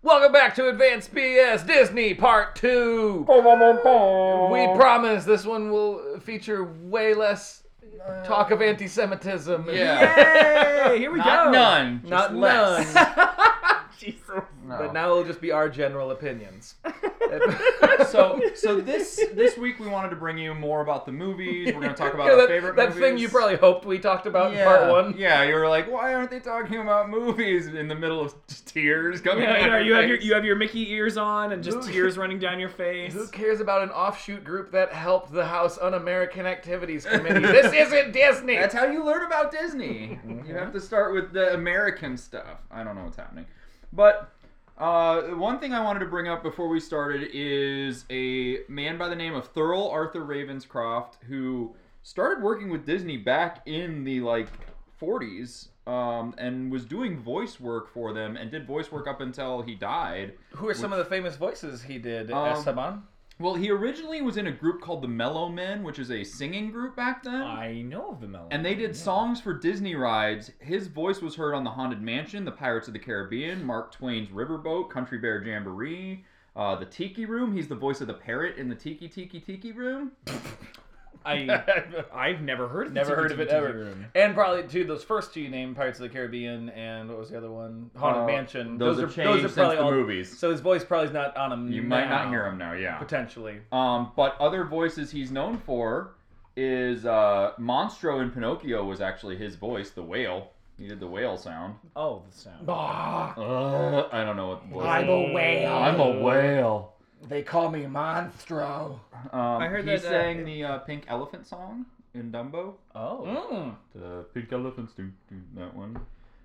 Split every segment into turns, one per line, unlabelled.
Welcome back to Advanced BS Disney Part 2. We promise this one will feature way less talk of anti Semitism.
Yeah.
Yay! Here we
Not
go.
none. Just
Not
less.
none.
Jesus.
But now it'll just be our general opinions.
so so this this week we wanted to bring you more about the movies. We're gonna talk about
Yeah,
our
that,
favorite
that
movies.
thing you probably hoped we talked about in part one.
Yeah, you were like, why aren't they talking about movies in the middle of tears coming out?
Yeah,
of
you, know, you have your
face?
you have your Mickey ears on and just
Who-
tears running down your face.
Who cares about an offshoot group that helped the House Un-American Activities Committee? this isn't Disney.
That's how you learn about Disney. you have to start with the American stuff. I don't know what's happening. But uh, one thing I wanted to bring up before we started is a man by the name of Thurl Arthur Ravenscroft who started working with Disney back in the like 40s um, and was doing voice work for them and did voice work up until he died.
Who are some of the famous voices he did?
Um,
Esteban.
Well, he originally was in a group called the Mellow Men, which is a singing group back then.
I know of the melon.
And they did songs for Disney rides. His voice was heard on The Haunted Mansion, The Pirates of the Caribbean, Mark Twain's Riverboat, Country Bear Jamboree, uh, The Tiki Room. He's the voice of the parrot in the Tiki Tiki Tiki Room.
I I've never heard of the
Never
Tiki
heard of it
Tiki
ever.
Room.
And probably too those first two you named, Pirates of the Caribbean and what was the other one? Haunted
Uh,
Mansion.
those have changed since the movies.
So his voice probably is not on him.
You might not
now,
hear him now, yeah.
Potentially.
Um, but other voices he's known for is uh, Monstro in Pinocchio was actually his voice, the whale. He did the whale sound.
Oh, the sound.
Uh, I don't know what voice.
Ah, I'm a whale.
I'm a whale.
They call me Monstro.
Um,
I heard
he
that, uh,
sang the uh, Pink Elephant song in Dumbo.
Oh.
Mm.
The pink elephants do, do that one.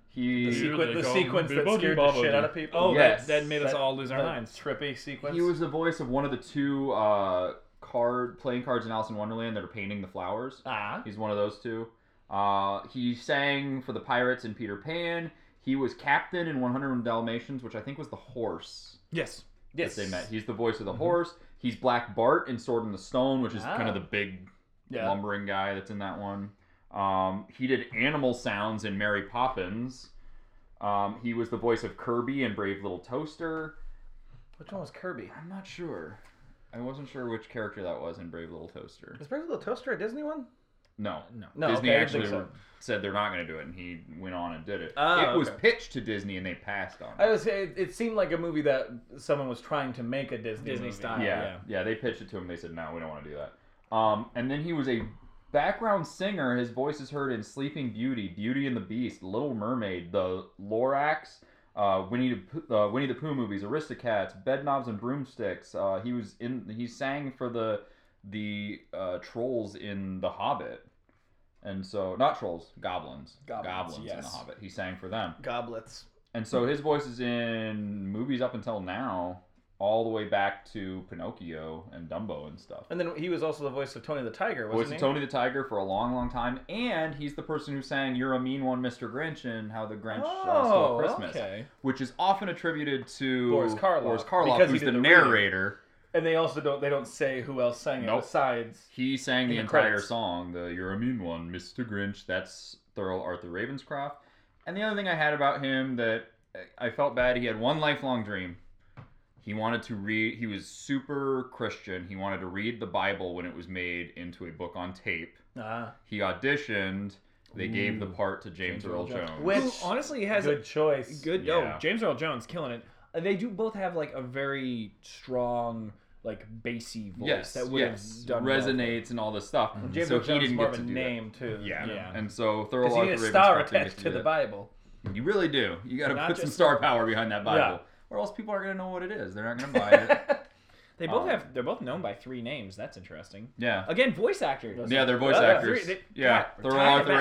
He
The, sequen-
they
the
call
sequence
me
that
Bobby
scared
Bobby.
the shit out of people.
Oh,
Yes.
that, that made us
That-
all lose our
that
minds.
trippy sequence.
he was the voice of one of the two uh, card playing cards in Alice in Wonderland that are painting the flowers.
Ah.
He's one of those two. Uh, he sang for the pirates in Peter Pan. He was captain in 101 Dalmatians, which I think was the horse
Yes.
yes. Mm-hmm.
that they met. He's the voice of the horse. He's Black Bart in Sword in the Stone, which is
Ah.
kind of the big
Yeah.
lumbering guy that's in that one. Um, he did animal sounds in Mary Poppins. Um, he was the voice of Kirby in Brave Little Toaster.
Which one was Kirby?
I'm not sure. I wasn't sure which character that was in Brave Little Toaster.
Was Brave Little Toaster a Disney one?
No.
No.
No,
Disney
okay, I didn't
actually
think so.
re- said they're not going to do it, and he went on and did it.
Oh,
it was
okay.
pitched to Disney, and they passed on it.
I was it, it seemed like a movie that someone was trying to make a Disney
Disney
movie.
style.
yeah, yeah,
yeah.
They pitched it to him. They said, "No, we don't want to do that." Um, and then he was a background singer. His voice is heard in Sleeping Beauty, Beauty and the Beast, Little Mermaid, The Lorax, uh, Winnie the Pooh- uh, Winnie the Pooh movies, Aristocats, Bedknobs and Broomsticks. Uh, he was in. He sang for the the uh, trolls in The Hobbit. And so, not trolls, goblins,
Goblins,
in The
yes.
Hobbit. He sang for them.
Goblets.
And so his voice is in movies up until now, all the way back to Pinocchio and Dumbo and stuff.
And then he was also the voice of Tony the Tiger, wasn't
Voice
he?
of Tony the Tiger for a long, long time, and he's the person who sang "You're a Mean One, Mr. Grinch" and "How the Grinch uh, Stole
Oh,
Christmas,"
Okay.
which is often attributed to
Boris Karloff,
Boris Karloff,
because he
who's
did the
the,
reading.
narrator.
And they also don't they don't say who else sang it
Nope.
besides.
He sang the,
the
entire
credits.
song, the "You're a Mean One, Mr. Grinch." That's Thurl Arthur Ravenscroft. And the other thing I had about him that I felt bad, he had one lifelong dream. He wanted to read. He was super Christian. He wanted to read the Bible when it was made into a book on tape.
Ah.
He auditioned. They gave the part to James,
James
Earl
Earl
Jones.
Jones.
Which
Who honestly has
good choice.
a good.
Yeah.
Oh, James Earl Jones killing it. Uh, They do both have like a very strong, like bassy voice
yes,
that would
yes,
have done well for
resonates and all this stuff.
Mm-hmm. James
so
Earl
he
Jones is
didn't
more of
get
a
to do that.
name too.
Yeah.
Yeah.
and so Thurl
Because
Arthur
you need a star
Ravenscroft didn't get
attached
to
to
do
the
that.
Bible.
You really do. You got to
Not
put some
just-
star power behind that Bible,
Yeah.
or else people are gonna know what it is. They're not gonna buy it.
They
Oh.
both
Um,
have. They're both known by three names. That's interesting.
yeah.
Again, voice actors.
Yeah, they're voice
Yeah,
actors.
three- they-
yeah,
God,
they're
tying
all
it
Arthur
back.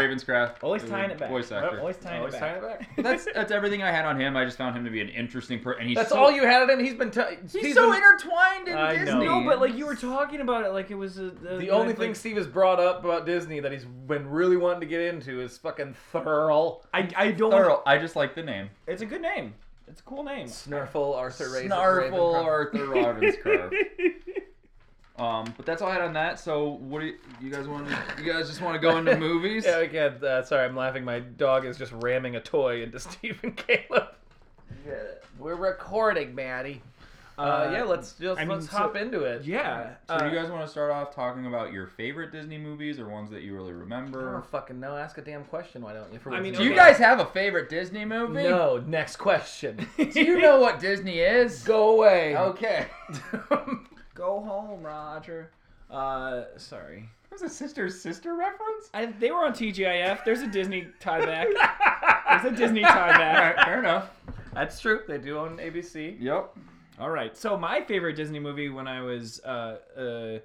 Ravenscraft.
Always
is a
tying it back.
Voice actor.
Always tying
Always
it
tying
back.
it back.
That's that's everything I had on him. I just found him to be an interesting person, and he's
That's
so,
all you had of him. He's been. T-
He's, so
been-
intertwined in
I know.
Disney.
No, but like you were talking about it, like it was a,
The only thing Steve has brought up about Disney that he's been really wanting to get into is fucking Thurl,
I I don't.
Thurl. I just like the name.
It's a good name. It's a cool name.
Snurfle, Arthur Raven.
Snarful
Ravencroft.
Arthur Ravenscraft. um, but that's all I had on that. So what do you, you guys want? You guys just want to go into movies?
Yeah, again, uh, sorry, I'm laughing. My dog is just ramming a toy into Steve and Caleb.
Yeah.
We're recording, Maddie. Uh, yeah, let's just
I mean,
let's hop
so-
into it.
yeah.
So,
Uh,
do you guys want to start off talking about your favorite Disney movies or ones that you really
I
remember?
don't fucking know. Ask a damn question, why don't you? For
I mean,
once.
Do you
okay.
guys have a favorite Disney movie?
Oh, no. Next question.
Do you know what Disney is?
Go away.
Okay.
Go home, Roger. Uh, sorry.
That was a sister's sister reference?
I, they were on TGIF. There's a Disney tieback. There's a Disney tieback.
Alright, fair enough.
That's true. They do on ABC.
Yep.
All right. So my favorite Disney movie when I was uh, uh,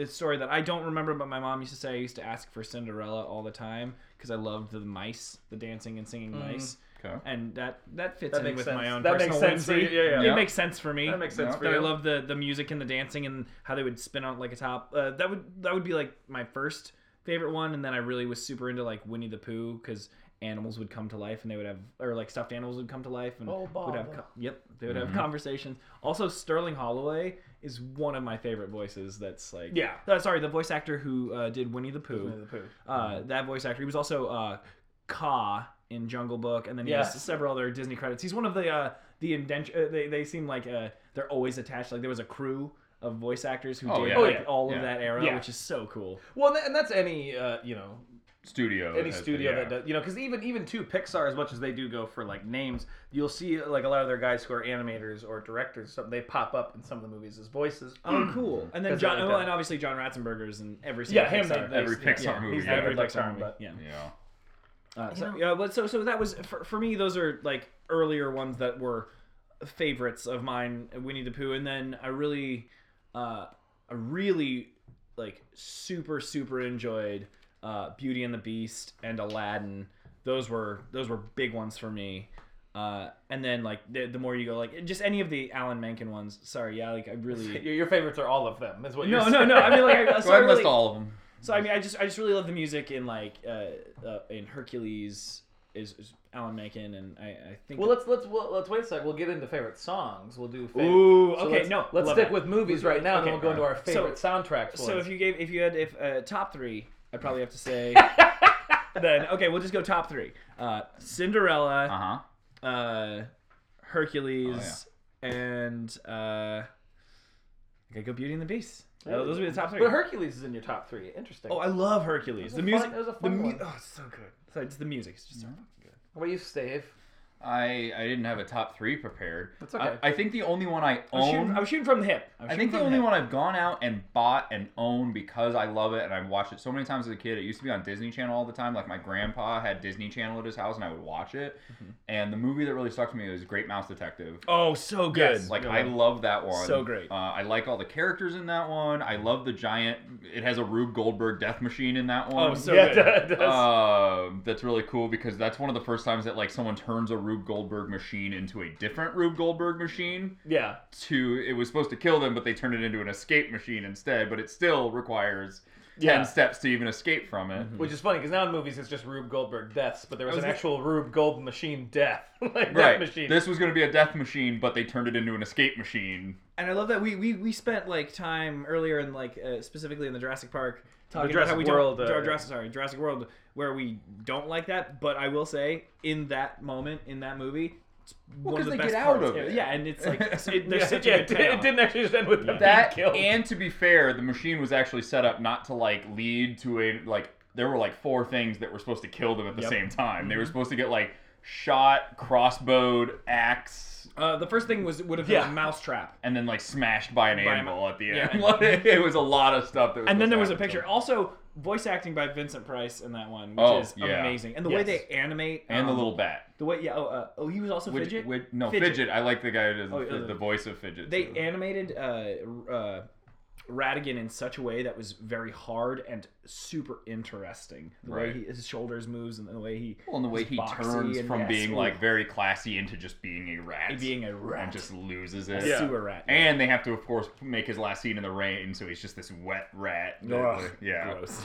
a story that I don't remember, but my mom used to say I used to ask for Cinderella all the time because I loved the mice, the dancing and singing mice,
Okay.
and that that fits
That
in
makes
with my
sense.
own
That makes
personal
sense for
whimsy.
you, yeah, yeah.
It
Yeah.
makes sense for me.
That makes sense
No,
for
that
you.
I love the the music and the dancing and how they would spin out like a top. Uh, that would that would be like my first favorite one, and then I really was super into like Winnie the Pooh because animals would come to life and they would have or like stuffed animals would come to life and
Oh,
would have
Baba.
co- yep they would
Mhm.
Mm-hmm.
have conversations. Also, Sterling Holloway is one of my favorite voices. That's like
Yeah.
Uh, sorry, the voice actor who uh, did Winnie the Pooh.
Winnie the Pooh.
Uh, that voice actor. He was also uh, Ka in Jungle Book, and then he
Yes.
has several other Disney credits. He's one of the uh, the indenture. Uh, they they seem like uh, they're always attached. Like there was a crew of voice actors who
Oh,
did
yeah.
like,
Oh, yeah.
all
Yeah.
of that era,
Yeah.
which is so cool.
Well, and that- and that's any uh, you know
Studio.
any
has-
studio
yeah.
that does you know because even even too Pixar as much as they do go for like names, you'll see like a lot of their guys who are animators or directors, so they pop up in some of the movies as voices.
Oh, cool! And then
Because they're
John,
like
well,
that.
and obviously John Ratzenberger's in every single
Yeah, him,
Pixar.
they-
Every Pixar
yeah,
movie.
he's
yeah.
never
every
like
Pixar
Pixar,
movie.
but-
Yeah.
Yeah.
Uh,
You
so,
know-
yeah, but so so that was for, for me. Those are like earlier ones that were favorites of mine. Winnie the Pooh, and then I really, uh, I really like super super enjoyed uh, Beauty and the Beast and Aladdin. Those were those were big ones for me. Uh, and then like the, the more you go, like just any of the Alan Menken ones. Sorry, yeah, like I really.
Your, your favorites are all of them, is what you're
No,
saying.
no, no. I mean, like, I,
Go
so I
ahead and
really,
list all of them.
so I mean, I just I just really love the music in like uh, uh in Hercules is, is Alan Menken, and I, I think.
Well, let's let's well, let's wait a sec. We'll get into favorite songs. We'll do. Favorite.
ooh,
So
okay,
let's,
no,
Let's
love
stick
that.
with movies right now, and
Okay,
then we'll go into our favorite soundtracks.
So if
ones.
you gave if you had if uh, top three, I probably have to say. then okay, we'll just go top three: uh, Cinderella,
Uh huh.
uh, Hercules, and uh, I gotta go Beauty and the Beast. Uh, those would be the top three.
but Hercules is in your top three. Interesting.
oh, I love
It was
Hercules.
a
The music.
fun- it was a
the
fun
mu-
one.
Oh, it's so good. So it's the music. It's just so fucking good.
What about you, Stave?
I, I didn't have a top three prepared.
That's okay.
I, I think the only one I
I was, shooting, Mm-hmm. I
own.
was shooting from the hip. was
I
shooting
think the
from
only
hip.
one I've gone out and bought and owned because I love it and I've watched it so many times as a kid. It used to be on Disney Channel all the time. Like my grandpa had Disney Channel at his house and I would watch it. And the movie that really stuck to me was Great Mouse Detective.
Mm-hmm. Oh, so good.
Like I love that one.
So great.
Uh, I like all the characters in that one. I love the giant. It has a Rube Goldberg death machine in that one.
Oh, so
yeah,
good.
it does.
Um, that's really cool because that's one of the first times that like someone turns a Rube Goldberg machine into a different Rube Goldberg machine.
yeah.
To it was supposed to kill them, but they turned it into an escape machine instead. But it still requires
Yeah.
ten steps to even escape from it.
Mm-hmm.
Which is funny because now in movies it's just Rube Goldberg deaths, but there Mm-hmm. was,
was
an
gonna-
actual Rube Gold machine death, like
Right.
death machine.
This was going to be a death machine, but they turned it into an escape machine.
And I love that we, we, we spent like time earlier in like uh, specifically in the Jurassic Park talking about
Jurassic
how we
World,
don't
uh,
Jur- Jurassic sorry Jurassic World where we don't like that. But I will say in that moment in that movie, it's one of
'cause
the
they
best
get out
parts.
of it.
Yeah, and it's like it's- it, there's
yeah,
such
yeah,
a
it,
good
did, it
payoff.
didn't actually end with them
That
being killed.
and to be fair, the machine was actually set up not to like lead to a like there were like four things that were supposed to kill them at the
Yep. Mm-hmm.
same time. They were supposed to get like shot, crossbowed, axe,
Uh, the first thing was would have been
Yeah.
a mouse trap.
and then like smashed by an
a
animal
mo-
at the
yeah,
end. Like, it was a lot of stuff that was
And then
supposed
there
to happen to
was a picture.
them.
Also, voice acting by Vincent Price in that one, which
Oh,
is
yeah.
amazing. And the way
Yes.
they animate
And the
um,
little bat.
the way yeah oh, uh, oh he was also
Which-
fidget.
which- no, fidget.
Fidget.
I like the guy who does
Oh,
the,
uh,
the voice of fidget.
they
too.
animated uh, uh, Radigan in such a way that was very hard and super interesting. The
Right.
way he, his shoulders moves and the way he
well, and the way
he's
he
boxy
turns
and-
from
yes,
being
ooh,
like very classy into just being a rat,
being a
and
rat,
just loses it.
a sewer rat.
And they have to, of course, make his last scene in the rain, so he's just this wet rat. that-
Ugh,
yeah.
gross.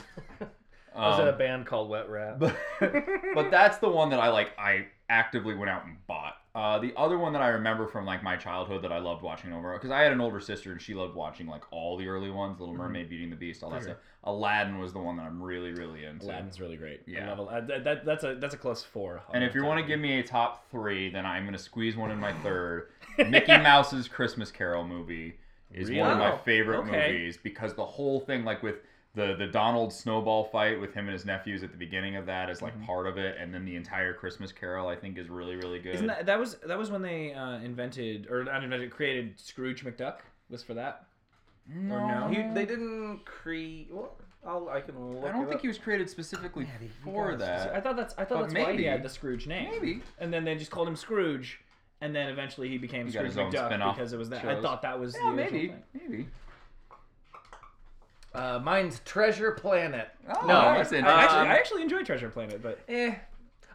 I was in a
Um,
band called Wet Rat.
but that's the one that I like. I actively went out and bought Uh, the other one that I remember from like my childhood that I loved watching over because I had an older sister and she loved watching like all the early ones, Little
Mm-hmm.
Mermaid, Beauty and the Beast, all that
Sure.
stuff. Aladdin was the one that I'm really really into.
Aladdin's really great. I
Yeah.
love Al- uh, that, that- that's a that's a close four.
And if you want to give me a top three, then I'm gonna squeeze one in my third. Mickey Mouse's Christmas Carol movie is one of my
Really?
favorite
Okay.
movies because the whole thing, like with the the Donald Snowball fight with him and his nephews at the beginning of that, is like
Mm-hmm.
part of it, and then the entire Christmas Carol I think is really really good.
Isn't that that was that was when they uh, invented or not invented created Scrooge McDuck was for that?
no,
or no?
He, they didn't create. Well, I'll, I can look.
I don't
it
think
up.
he was created specifically
Yeah, he- he
for
was.
that.
I thought that's I
But
thought that's why
maybe-
he had the Scrooge name.
Maybe.
And then they just called him Scrooge, and then eventually he became
He got
Scrooge
his own
McDuck
spin-off
because it was that. I
shows.
thought that was
Yeah,
the original
maybe,
thing.
maybe.
Uh, mine's Treasure Planet.
Oh,
no,
that's
uh,
interesting.
I actually, I actually enjoy Treasure Planet, but
eh.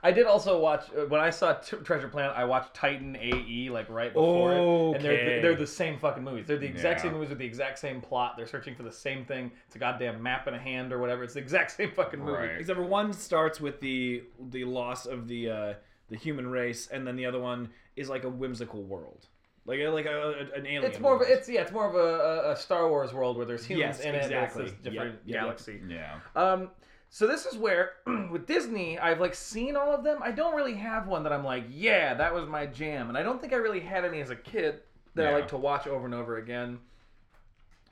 I did also watch uh, when I saw T- Treasure Planet. I watched Titan AE like right before it, and they're
Okay.
the, they're the same fucking movies. They're the exact
Yeah.
same movies with the exact same plot. They're searching for the same thing. It's a goddamn map in a hand or whatever. It's the exact same fucking movie.
Right.
except for one starts with the the loss of the uh, the human race, and then the other one is like a whimsical world, like like a, a- an alien.
It's more of
world.
a, it's yeah, it's more of a, a, a Star Wars world where there's humans
Yes,
in it. and
exactly.
It's this different
Yep, yep,
galaxy.
yeah.
Um, so this is where with Disney, I've like seen all of them. I don't really have one that I'm like, yeah, that was my jam, and I don't think I really had any as a kid that I
Yeah.
like to watch over and over again.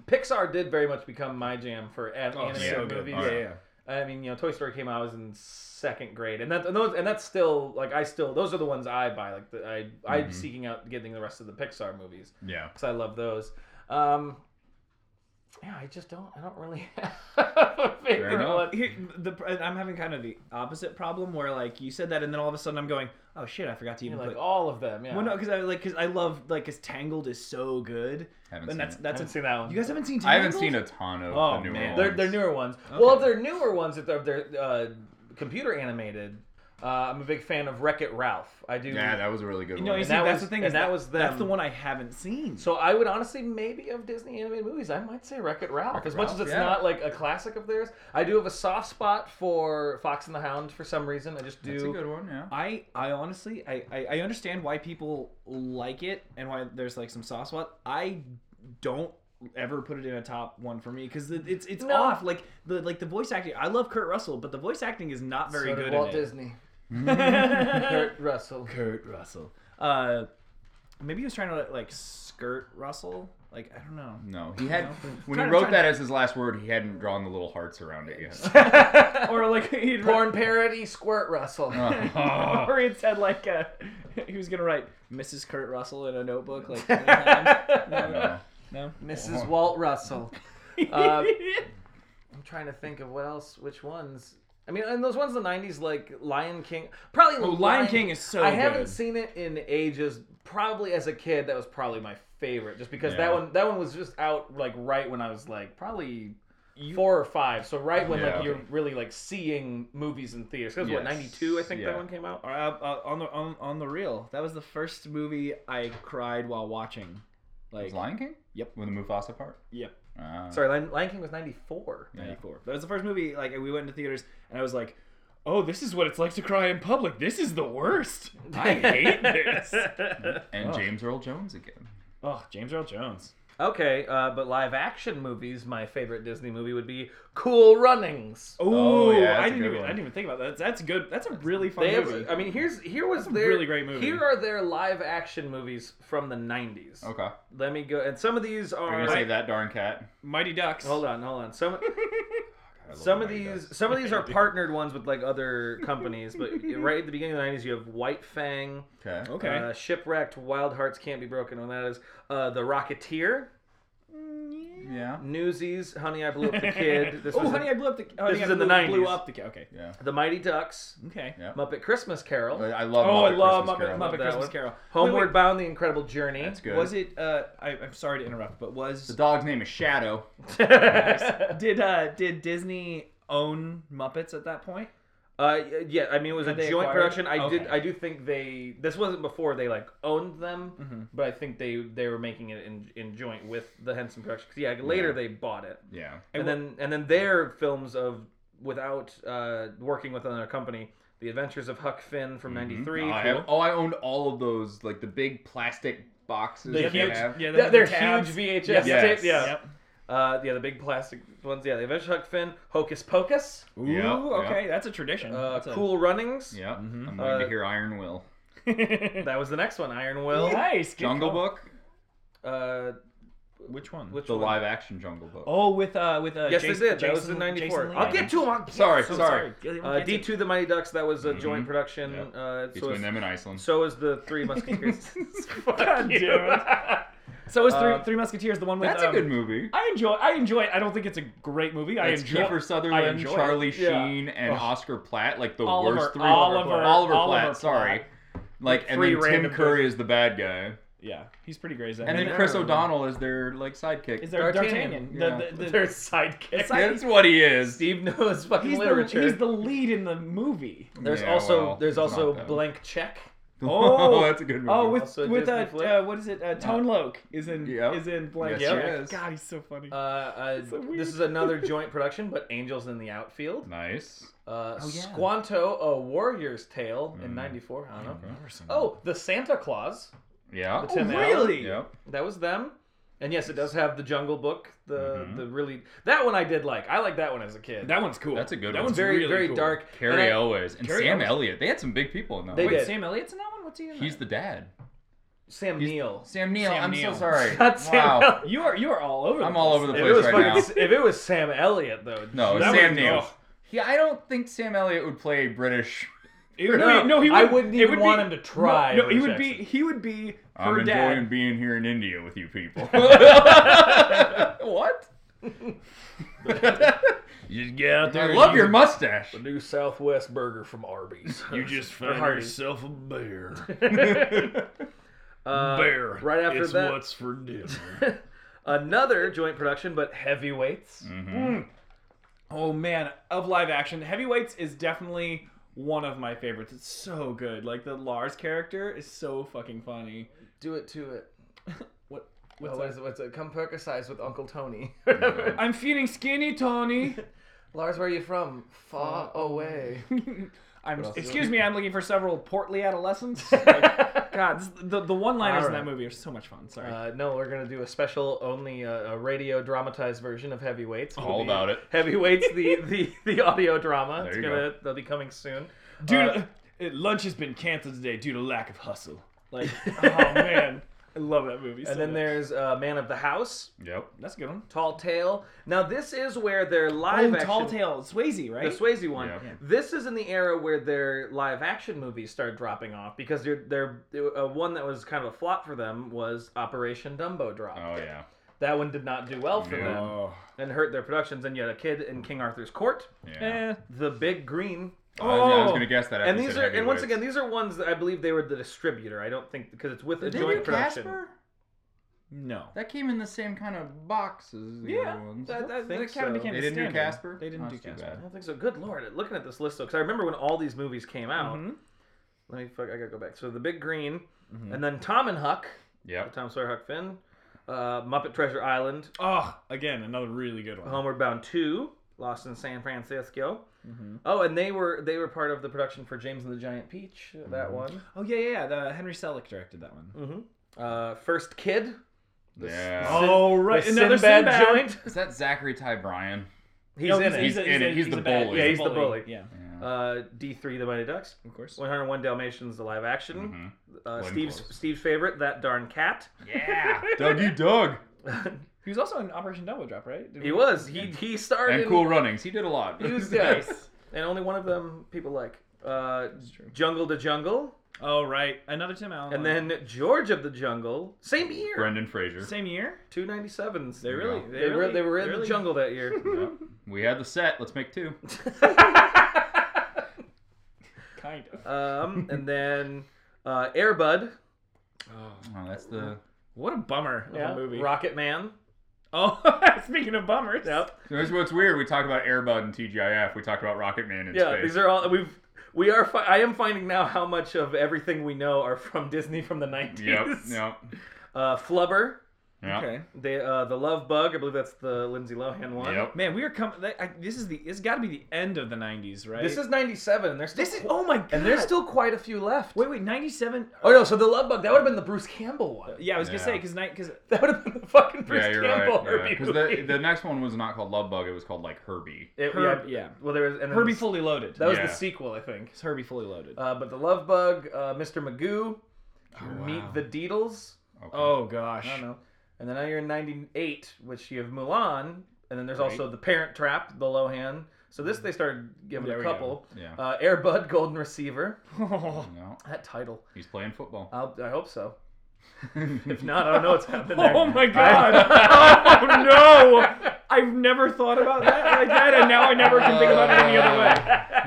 Pixar did very much become my jam for an-
Oh,
animated
so good.
movies.
All
Yeah,
right.
yeah, yeah.
I mean, you know, Toy Story came out. I was in second grade, and that and those and that's still like I still those are the ones I buy. Like the, I I'm
Mm-hmm.
Mhm.
seeking out getting the rest of the Pixar movies
Yeah.
because I love those. Um, yeah, I just don't. I don't really have a favorite
enough.
one.
Here, the, and I'm having kind of the opposite problem where like you said that, and then all of a sudden I'm going, oh shit, I forgot to even
Yeah,
put.
like all of them. Yeah.
Well, no, because I like because I love like because Tangled is so good,
Haven't seen
and that's
it.
that's
haven't
a-
seen that one.
You guys haven't seen.
I
Tangled?
haven't seen a ton of
Oh,
the newer ones.
man.
they're, they're newer ones.
Okay.
Well, of their newer ones, if they're, they're uh, computer animated, uh, I'm a big fan of Wreck It Ralph. I do.
Yeah, that was a really good
You know,
one.
you
And
see,
that was-
that's the thing,
and
is
that
that
was
That's
them.
the one I haven't seen.
so I would honestly maybe of Disney animated movies, I might say Wreck It Ralph.
Wreck-It
as much
Ralph,
as it's
yeah.
not like a classic of theirs, I do have a soft spot for Fox and the Hound for some reason. I just do.
that's a good one. Yeah.
I, I honestly, I, I, I understand why people like it and why there's like some soft spot. I don't ever put it in a top one for me because it's it's
No.
off. Like the like the voice acting. I love Kurt Russell, but the voice acting is not very
so did
good.
Walt
in it.
Disney, Kurt Russell.
Kurt Russell. Uh, maybe he was trying to like skirt Russell. Like I don't know.
No, he had
No.
when
Trying
he
to-
wrote
trying
that as his last word, he hadn't drawn the little hearts around it yet.
Or like he'd
Porn parody, Squirt Russell.
Oh.
or it said like uh, he was gonna write Mrs. Kurt Russell in a notebook. Like many times.
No.
no.
Mrs. Walt Russell. Uh, I'm trying to think of what else, which ones. I mean, and those ones in the '90s, like Oh, Lion King. Probably
Oh,
Lion King is so
I haven't
good.
seen it in ages. Probably as a kid, that was probably my favorite, just because that
Yeah.
one that one was just out like right when I was like probably four or five. So right when
Yeah.
like you're really like seeing movies in theaters. 'Cause what
Yes.
'92, I think
Yeah.
that one came out.
Or, uh, uh, on the on, on the reel, that was the first movie I cried while watching. Like
Was Lion King?
Yep.
With the Mufasa part.
yep,
Ah.
Sorry, Lion, Lion King was '94.
Yeah.
ninety four. That was the first movie like we went into theaters, and I was like, "Oh, this is what it's like to cry in public. This is the worst. I hate this."
And James Earl Jones again.
oh, James Earl Jones.
Okay, uh, but live action movies, my favorite Disney movie would be Cool Runnings.
Oh, yeah, that's a
I didn't
good
even I
one.
didn't even think about that. That's good. That's a really fun
They have,
movie.
I mean, here's here was
That's a
their
really great movie.
Here are their live action movies from the '90s.
Okay.
Let me go, and some of these
We're
are.
gonna save that darn cat.
Mighty Ducks.
Hold on, hold on. Some
I love
Oh
some of
Mighty
these
Ducks.
some of these are partnered ones with like other companies, but right at the beginning of the '90s, you have White Fang,
Okay.
Okay.
uh, Shipwrecked, Wild Hearts Can't Be Broken, and that is uh, the Rocketeer,
Yeah.
Newsies, Honey I Blew Up the Kid. This
oh,
was
honey,
in-
I blew up the. Honey,
This
I
is in the
blew, Blew
90s.
up the. ca- Okay.
Yeah.
The Mighty Ducks,
Okay.
Yeah.
Muppet Christmas Carol.
I love.
Oh, I
Muppet
love
Christmas
Muppet,
Carol.
Muppet
That
Christmas
one.
Carol. Wait,
Homeward
wait,
Bound: The Incredible Journey.
That's good.
Was it? Uh, I, I'm sorry to interrupt, but
The
was
dog's name is Shadow.
did uh, did Disney own Muppets at that point?
Uh, y- yeah, I mean it was
Had
a
they
joint
acquired
production. I did,
Okay.
I do think they. This wasn't before they like owned them,
Mm-hmm.
but I think they they were making it in in joint with the Henson production. 'Cause, yeah, later
Yeah.
they bought it,
Yeah.
and then and then their films of without uh, working with another company, The Adventures of Huck Finn from
Mm-hmm.
'93.
I have- oh, I owned all of those, like the big plastic boxes
The
that they
huge-
have.
Yeah,
Yeah,
the-
they're
the tabs.
huge VHS
Yes.
tapes. Yeah.
Yep.
Uh, yeah, the big plastic ones. Yeah, the Adventures of Huck Finn, Hocus Pocus,
Ooh,
Yep, yep.
okay, Uh, that's a tradition.
uh,
That's a-
Cool Runnings.
Yeah, I'm waiting to hear Iron Will.
That was the next one. Iron Will.
nice. good
Jungle
call.
Book,
Uh,
Which one?
which
the
one?
live action Jungle Book.
Oh, with uh, with uh,
Yes,
Jason,
they did. That
Jason,
was in
Jason
'94.
Lee.
I'll get to them. I'll get
sorry,
So
sorry.
Uh, D2, The Mighty Ducks, that was a joint production.
Yeah.
Uh, so,
Mm-hmm. Between
is,
them and Iceland.
so is The Three Musketeers. Fuck
God
you.
damn So was three,
Uh,
three Musketeers the one with?
That's a
um,
good movie.
I enjoy. I enjoy it. I don't think it's a great movie. I
It's
enjoy.
Kiefer Sutherland,
enjoy it.
Charlie
Yeah.
Sheen, and Oscar Platt, like the
Oliver-
worst three.
Oliver-
Platt.
Oliver
Platt,
Platt.
sorry. Like, and
three
then Tim
random
Curry is the bad guy,
Yeah, he's pretty great. As that.
and then
there-
Chris O'Donnell is their like sidekick.
is there
D'Artagnan.
D'Artagnan?
Yeah.
The, the, the,
Their sidekick.
That's what he is.
Steve knows fucking
he's, the,
literature.
he's the lead in the movie.
there's
Yeah,
also
well,
there's
it's
also
not that.
Blank Check.
Oh, that's a good movie.
Oh, with
Also a
with
Disney
uh,
flick.
uh, what is it? Uh, Tone Loc is in
Yep.
is in blank.
Yes,
he
Check.
is.
God, he's so funny.
Uh, uh,
so weird.
this is another joint production, but Angels in the Outfield.
nice.
Uh,
Oh, yeah.
Squanto, A Warrior's Tale
Mm.
in 94. I don't know. Oh, The Santa Claus.
yeah.
Tim Allen.
really?
Yep.
That was them. And yes, it does have the Jungle Book. The
Mm-hmm.
the really that one I did like. I liked that one as a kid.
That one's cool.
That's a good
That
one.
one's
very
really
very
cool.
dark. And
Carrie
I-
Elways and
Carrie
Sam
Elways.
Elliott. They had some big people in that.
They
one.
did.
Sam Elliott's in that one. What's he in?
He's
that?
the dad.
Sam Neill.
Sam Neill.
Sam
I'm
Neill.
so sorry.
Not Sam
wow.
Elliott.
You are you are all over.
I'm
the
all
place.
over the
If it was
place right now.
fucking, if it was Sam Elliott though,
No, it's
That
Sam
would-
Neill.
oh.
He, I don't think Sam Elliott would play a British.
It would
No,
be- no, he
I
would,
wouldn't
it
even
would
want
be-
him to try
No, no, he
British
would be. He would be
I'm
her
enjoying
dad.
being here in India with you people. what?
You just get out
I love your mustache.
new Southwest burger from Arby's.
just
found Hardee's.
yourself a bear.
Uh,
bear.
right after It's that- what's
for dinner.
Another joint production, but heavyweights.
Mm. Mm-hmm.
Oh man, of live action, Heavyweights is definitely one of my favorites. It's so good. Like the Lars character is so fucking funny.
Do it to it.
What?
What's,
What's
oh, what
that?
is it? What's it? Come perkasize with Uncle Tony.
I'm feeling skinny, Tony.
Lars, where are you from? Far away.
I'm.
else is
Excuse me. I'm looking for several portly adolescents. Like, God, this- the the one liners in
Alright.
that movie are so much fun. Sorry.
Uh, no, we're gonna do a special, only uh, a radio dramatized version of Heavyweights.
All about it.
Heavyweights, the the the audio drama.
There
it's
you
gonna they'll be coming soon.
Dude,
Uh,
uh, lunch has been canceled today due to lack of hustle. Like, oh man, I love that movie.
and then there's uh, Man of the House,
Yep.
that's a good one.
Tall Tale. Now this is where their live
Oh,
action.
Tall Tale, Swayze,
The
right?
Swayze one.
Yeah.
This is in the era where their live action movies start dropping off because they're, they're uh, one that was kind of a flop for them was Operation Dumbo Drop.
Oh yeah.
That one did not do well for
No.
them and hurt their productions. And yet, a kid in King Arthur's court,
Yeah.
Eh.
The Big Green,
I, was, I was
Oh.
gonna guess that. After
and
you
these
said
are and once
heavyweights.
again these are ones that I believe they were the distributor. I don't think because it's with a
Did they do
joint production.
Casper?
No.
That came in the same kind of box as the
Yeah,
other ones.
That, that,
think
that kind of
so.
became
they
a
didn't do
standard.
Casper.
They didn't
Oh,
do
that's too
Casper.
I
bad.
don't think so. Good lord, looking at this list though, because I remember when all these movies came
Mm-hmm.
out.
Mhm.
Let me fuck. I gotta go back. So The Big Green,
Mm-hmm.
and then Tom and Huck.
Yep.
Tom Sawyer, Huck Finn, uh, Muppet Treasure Island,
Oh, again, another really good one.
Homeward Bound Two, Lost in San Francisco.
Mm-hmm.
Oh, and they were they were part of the production for James and the Giant Peach.
Mm-hmm.
That one.
Oh yeah, yeah, yeah. The Henry Selick directed that one.
Uh, First Kid. The,
Yeah.
Sin-
Oh
the
right,
Sinbad,
another Sinbad.
joint.
Is that Zachary Ty Bryan?
He's
No,
in it.
He's in it. He's the
a bad-
bully.
Yeah, he's the bully.
Yeah,
Yeah.
Uh, D3, The Mighty Ducks.
of course.
101 Dalmatians, the live action.
Mhm.
Uh,
Glenn
Steve's
Close.
Steve's favorite, That Darn Cat.
yeah. Dougie Doug.
He was also in Operation Double Drop, right? Did
He
we-
was. He he started.
And Cool Runnings. He did a lot.
He was nice. and only one of them people like. Uh, Jungle to Jungle.
Oh right, another Tim Allen.
And
one.
then George of the Jungle, same year,
Brendan Fraser.
same year.
297s.
They really,
go.
they,
they,
were,
really,
they were in the
really-
jungle that year.
Yep. We had the set. Let's make two.
Kind of.
um, and then uh, Airbud,
Oh, that's the.
What a bummer of a movie.
Rocket Man.
Oh, speaking of bummers.
Yep.
So Here's what's weird. We talked about Airbud and TGIF. We talked about Rocket Man in
Yeah,
space.
these are all we've. We are. Fi- I am finding now how much of everything we know are from Disney from the 90s.
Yep. Yep.
Uh, Flubber.
Yeah.
Okay.
They, uh, the Love Bug, I believe that's the Lindsay Lohan one.
Yep.
Man, we are coming. This is the. It's got to be the end of the '90s, right?
This is '97, and there's still
This is. Oh my god.
and there's still quite a few left.
Wait, wait. '97.
Oh no, so the Love Bug that would have been the Bruce Campbell one.
Yeah, I was gonna
Yeah.
say because because
That would have been the fucking Bruce
yeah, you're
Campbell
right.
Herbie
Because
movie.
the, the next one was not called Love Bug. It was called like Herbie.
It-
Herb- yeah.
Well, there was and then
Herbie
the-
fully loaded.
That was
Yeah.
the sequel, I think.
It's Herbie fully loaded.
Uh, but the Love Bug, uh, Mr. Magoo,
wow.
Meet the Deedles.
Okay.
oh gosh.
I don't know. And then now you're in '98, which you have Mulan, and then there's
Right.
also The Parent Trap, The Lohan. So this they started giving
There
a
we
couple.
Yeah.
Uh, Air Bud, Golden Receiver.
Oh
no,
That title.
he's playing football.
I'll, I hope so. If not, I don't know what's happening there.
Oh my god. oh no. I've never thought about that like that, and now I never can think about it any other way.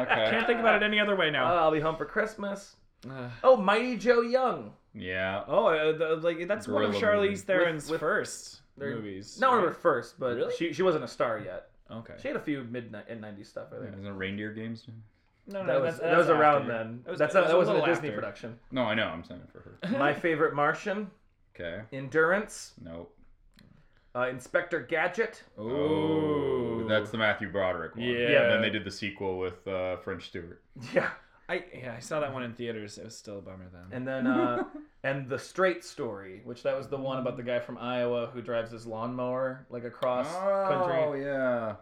okay.
Can't think about it any other way
Uh,
now.
I'll be home for Christmas. Oh, Mighty Joe Young.
Yeah.
oh, uh, the, like that's one of
Gorilla movie.
Charlize Theron's
With- with-
first
They're-
movies.
Not one of
right?
her first, but
Really?
she, she wasn't a star yet.
Okay.
She had a few mid and '90s stuff. I think.
Isn't it reindeer games?
No, no,
That was
that's,
that was
that's
around
after.
then.
That was-
That's
that
not-
was
that
a
wasn't a
little
Disney
after.
production.
No, I know. I'm saying it for her.
My favorite Martian,
Okay.
Endurance,
Nope.
uh, Inspector Gadget.
Oh, that's the Matthew Broderick one.
Yeah.
Yeah.
And then they did the sequel with uh, French Stewart.
Yeah.
I yeah, I saw that one in theaters. It was still a bummer then.
And then, uh, and the straight story, which that was the one about the guy from Iowa who drives his lawnmower like across country.
Oh, yeah.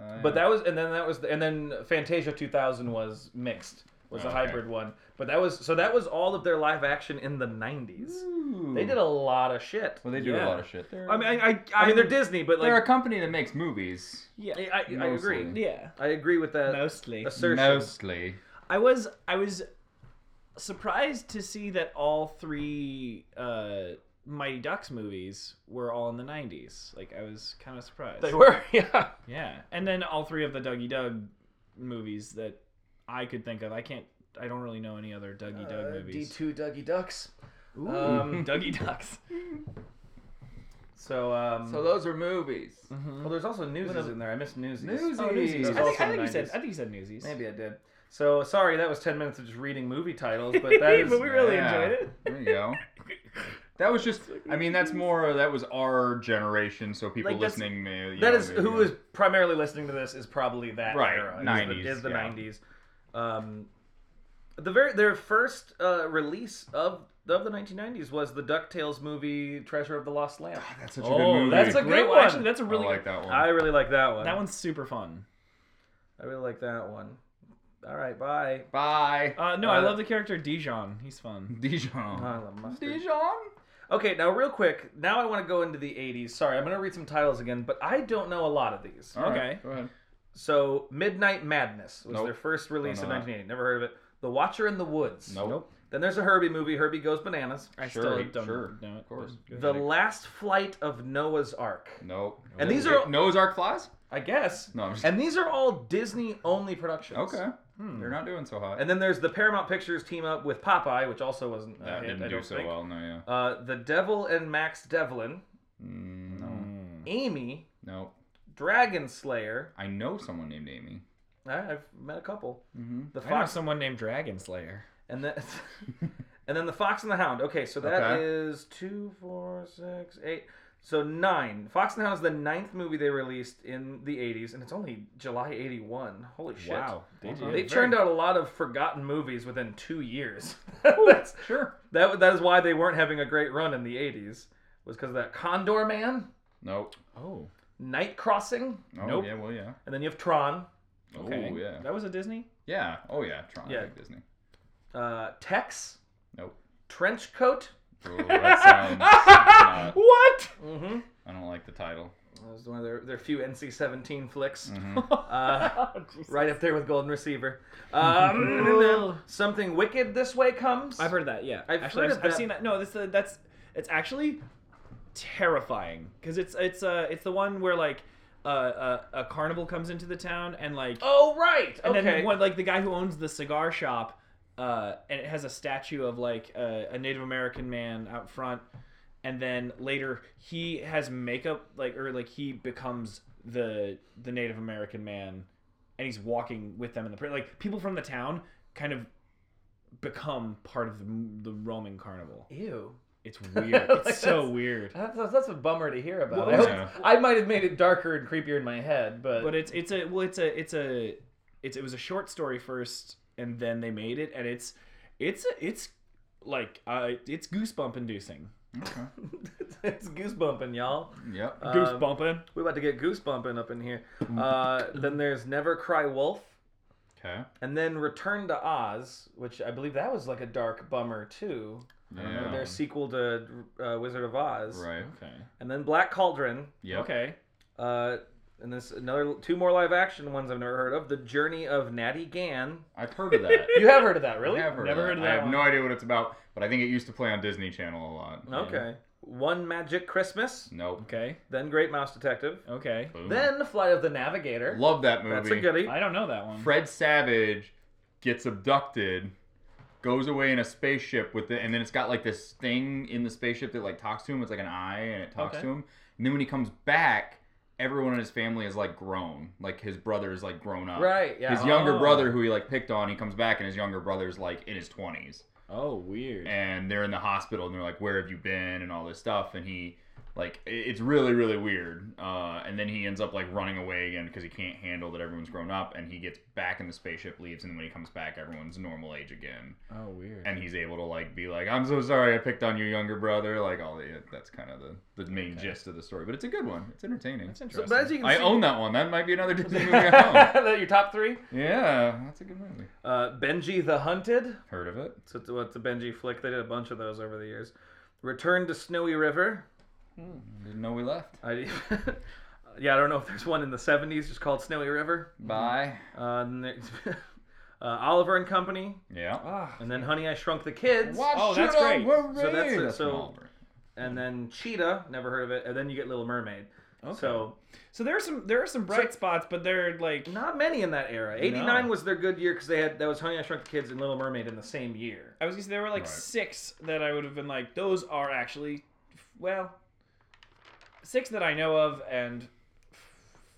Oh,
But that was, and then that was, the, and then Fantasia 2000 was mixed, was a
Okay.
hybrid one. But that was, so that was all of their live action in the 90s. They did a lot of shit.
Well, they do
Yeah.
a lot of shit. They're,
I mean, I I,
I mean, they're Disney, but
they're a
like,
company that makes movies.
yeah,
I, I, I agree.
Mostly.
yeah,
I agree with that
mostly.
assertion.
Mostly.
I was I was surprised to see that all three uh, Mighty Ducks movies were all in the '90s. Like I was kind of surprised.
They were, yeah.
Yeah, and then all three of the Dougie Doug movies that I could think of. I can't. I don't really know any other Dougie Doug movies.
D2 Dougie Ducks.
Ooh,
Uh, um,
Dougie Ducks.
So, um,
those are movies.
well, there's also Newsies in there. I missed Newsies.
Newsies.
Oh, Newsies. I
Those
think,
also
I think you said.
90s.
I think you said Newsies.
Maybe I did. So sorry, that was ten minutes of just reading movie titles, but that is.
But we really
Yeah.
enjoyed it.
There you go. That was just. I mean, that's more. That was our generation, so people
Like, that's-
listening may. you
that
know,
is
maybe-
who is primarily listening to this is probably that
Right,
era. is the-
90s,
is the
yeah.
nineties. Um, the very their first uh, release of of the nineteen nineties was the Ducktales movie Treasure of the Lost Lamp.
"Ah, That's such a good
Oh,
movie.
that's a
Great
great one.
one.
Actually, that's a really
I like that one.
I really like that one.
that one's super fun.
I really like that one. All right, bye.
Bye.
Uh, no, I
Uh,
love the character Dijon. He's fun.
Dijon.
Oh, I love mustard.
Dijon.
Okay, now real quick. Now I want to go into the '80s. Sorry, I'm going to read some titles again, but I don't know a lot of these.
All right,
Okay.
Go ahead.
So Midnight Madness was
Nope.
their first release in
Don't know that.
1980. Never heard of it. The Watcher in the Woods.
Nope.
Then there's a Herbie movie, Herbie Goes Bananas.
I
Sure,
still don't
sure,
know it.
Of course.
The Last Flight of Noah's Ark.
Nope.
And these are-
Noah's Ark flies.
I guess.
No. I'm just...
And these are all Disney only productions.
Okay. They're not doing so hot.
And then there's the Paramount Pictures team up with Popeye, which also wasn't a
that
hit, I
didn't do
don't
so
think.
well. No. Yeah.
Uh, the Devil and Max Devlin,
Mm, no.
Amy,
Nope.
Dragon Slayer.
I know someone named Amy.
I, I've met a couple.
Mm-hmm.
The
I know
Fox
someone named Dragon Slayer.
And then, and then the Fox and the Hound. Okay, so that
Okay.
is two, four, six, eight. So nine. Fox and the Hound is the ninth movie they released in the '80s, and it's only July '81. Holy shit!
they
Uh-huh.
They
did.
churned out a lot of forgotten movies within two years. That's,
Sure.
that that is why they weren't having a great run in the '80s. Was because of that Condor Man,
Nope.
Oh,
Night Crossing,
Oh,
Nope.
Yeah. Well. Yeah.
and then you have Tron,
okay.
Oh yeah.
That was a Disney.
Yeah. Oh yeah. Tron.
Yeah.
Yeah. Disney.
uh, Tex,
Nope.
Trench Coat.
Oh, that sounds. not-
What?
Mm-hmm.
I don't like the title.
That was one of their, their few NC-17 flicks.
Mm-hmm.
Mhm.
Oh,
Uh, right up there with Golden Receiver. Um, and then something wicked this way comes.
I've heard of that. Yeah,
I've
actually,
heard
I've,
of
I've
that.
seen that. No, this uh, that's it's actually terrifying because it's it's uh it's the one where like uh, uh, a carnival comes into the town and like
Oh right.
and
okay.
then one like the guy who owns the cigar shop uh and it has a statue of like a, a Native American man out front and then later he has makeup like or like he becomes the the Native American man and he's walking with them in the parade. like people from the town kind of become part of the, the Roman carnival.
Ew.
It's weird.
Like
It's so
that's-
weird.
That's, that's, that's a bummer to hear about. I,
Well,
hope, I might have made it darker and creepier in my head, but,
But it's it's a well it's a it's a it's it was a short story first and then they made it and it's it's it's like uh, it's goosebump inducing.
Okay.
it's goosebumping, y'all.
Yep.
Uh,
Um,
Goosebumping.
we about to get goosebumping up in here. Uh, then there's Never Cry Wolf,
Okay.
and then Return to Oz, which I believe that was like a dark bummer too.
Yeah.
Their sequel to uh, Wizard of Oz,
Oh. Right.
okay.
and then Black Cauldron,
Yep.
Okay.
uh, and this another two more live action ones I've never heard of. The Journey of Natty Gann.
I've heard of that.
you have heard of that, really?
Never,
Never
heard of
heard of
that. I
that
have
one.
no idea what it's about, but I think it used to play on Disney Channel a lot.
Okay. One Magic Christmas,
Nope.
Okay.
then Great Mouse Detective,
Okay.
Boom.
Then Flight of the Navigator.
Love that movie.
that's a goodie.
I don't know that one.
Fred Savage gets abducted, goes away in a spaceship with it, and then it's got like this thing in the spaceship that like talks to him. It's like an eye, and it talks
Okay.
to him. And then when he comes back, everyone in his family is like grown. Like his brother is like grown up.
Right, yeah.
His younger
Oh.
brother, who he like picked on, he comes back, and his younger brother's like in his twenties.
Oh, weird.
and they're in the hospital and they're like where have you been and all this stuff and he like i- it's really really weird uh, and then he ends up like running away again because he can't handle that everyone's grown up and he gets back in the spaceship leaves and then when he comes back everyone's normal age again
Oh, weird.
and he's able to like be like i'm so sorry i picked on your younger brother like all the that's kind of the, the main gist of the story but it's a good one it's entertaining
That's interesting.
But as you can
i
see,
own that one that might be another disney movie i own
Your top three?
yeah that's a good movie
uh, Benji the Hunted.
heard of it
So it's, well, it's a Benji flick. They did a bunch of those over the years. Return to Snowy River.
didn't know we left
I, yeah, I don't know if there's one in the 70s just called Snowy River.
Mm-hmm.
bye
Uh, and there- uh, Oliver and Company,
yeah
Ah,
and then Honey, I Shrunk the Kids,
Oh, should that's I great.
So that's it. So- and then Cheetah. Never heard of it. And then you get Little Mermaid.
Hmm. Okay.
So
so there are some there are some bright spots, but they're like
not many in that era. 89
No.
was their good year because they had that was Honey, I Shrunk the Kids and Little Mermaid in the same year.
I was gonna say there were like
Right.
six that I would have been like those are actually well six that I know of and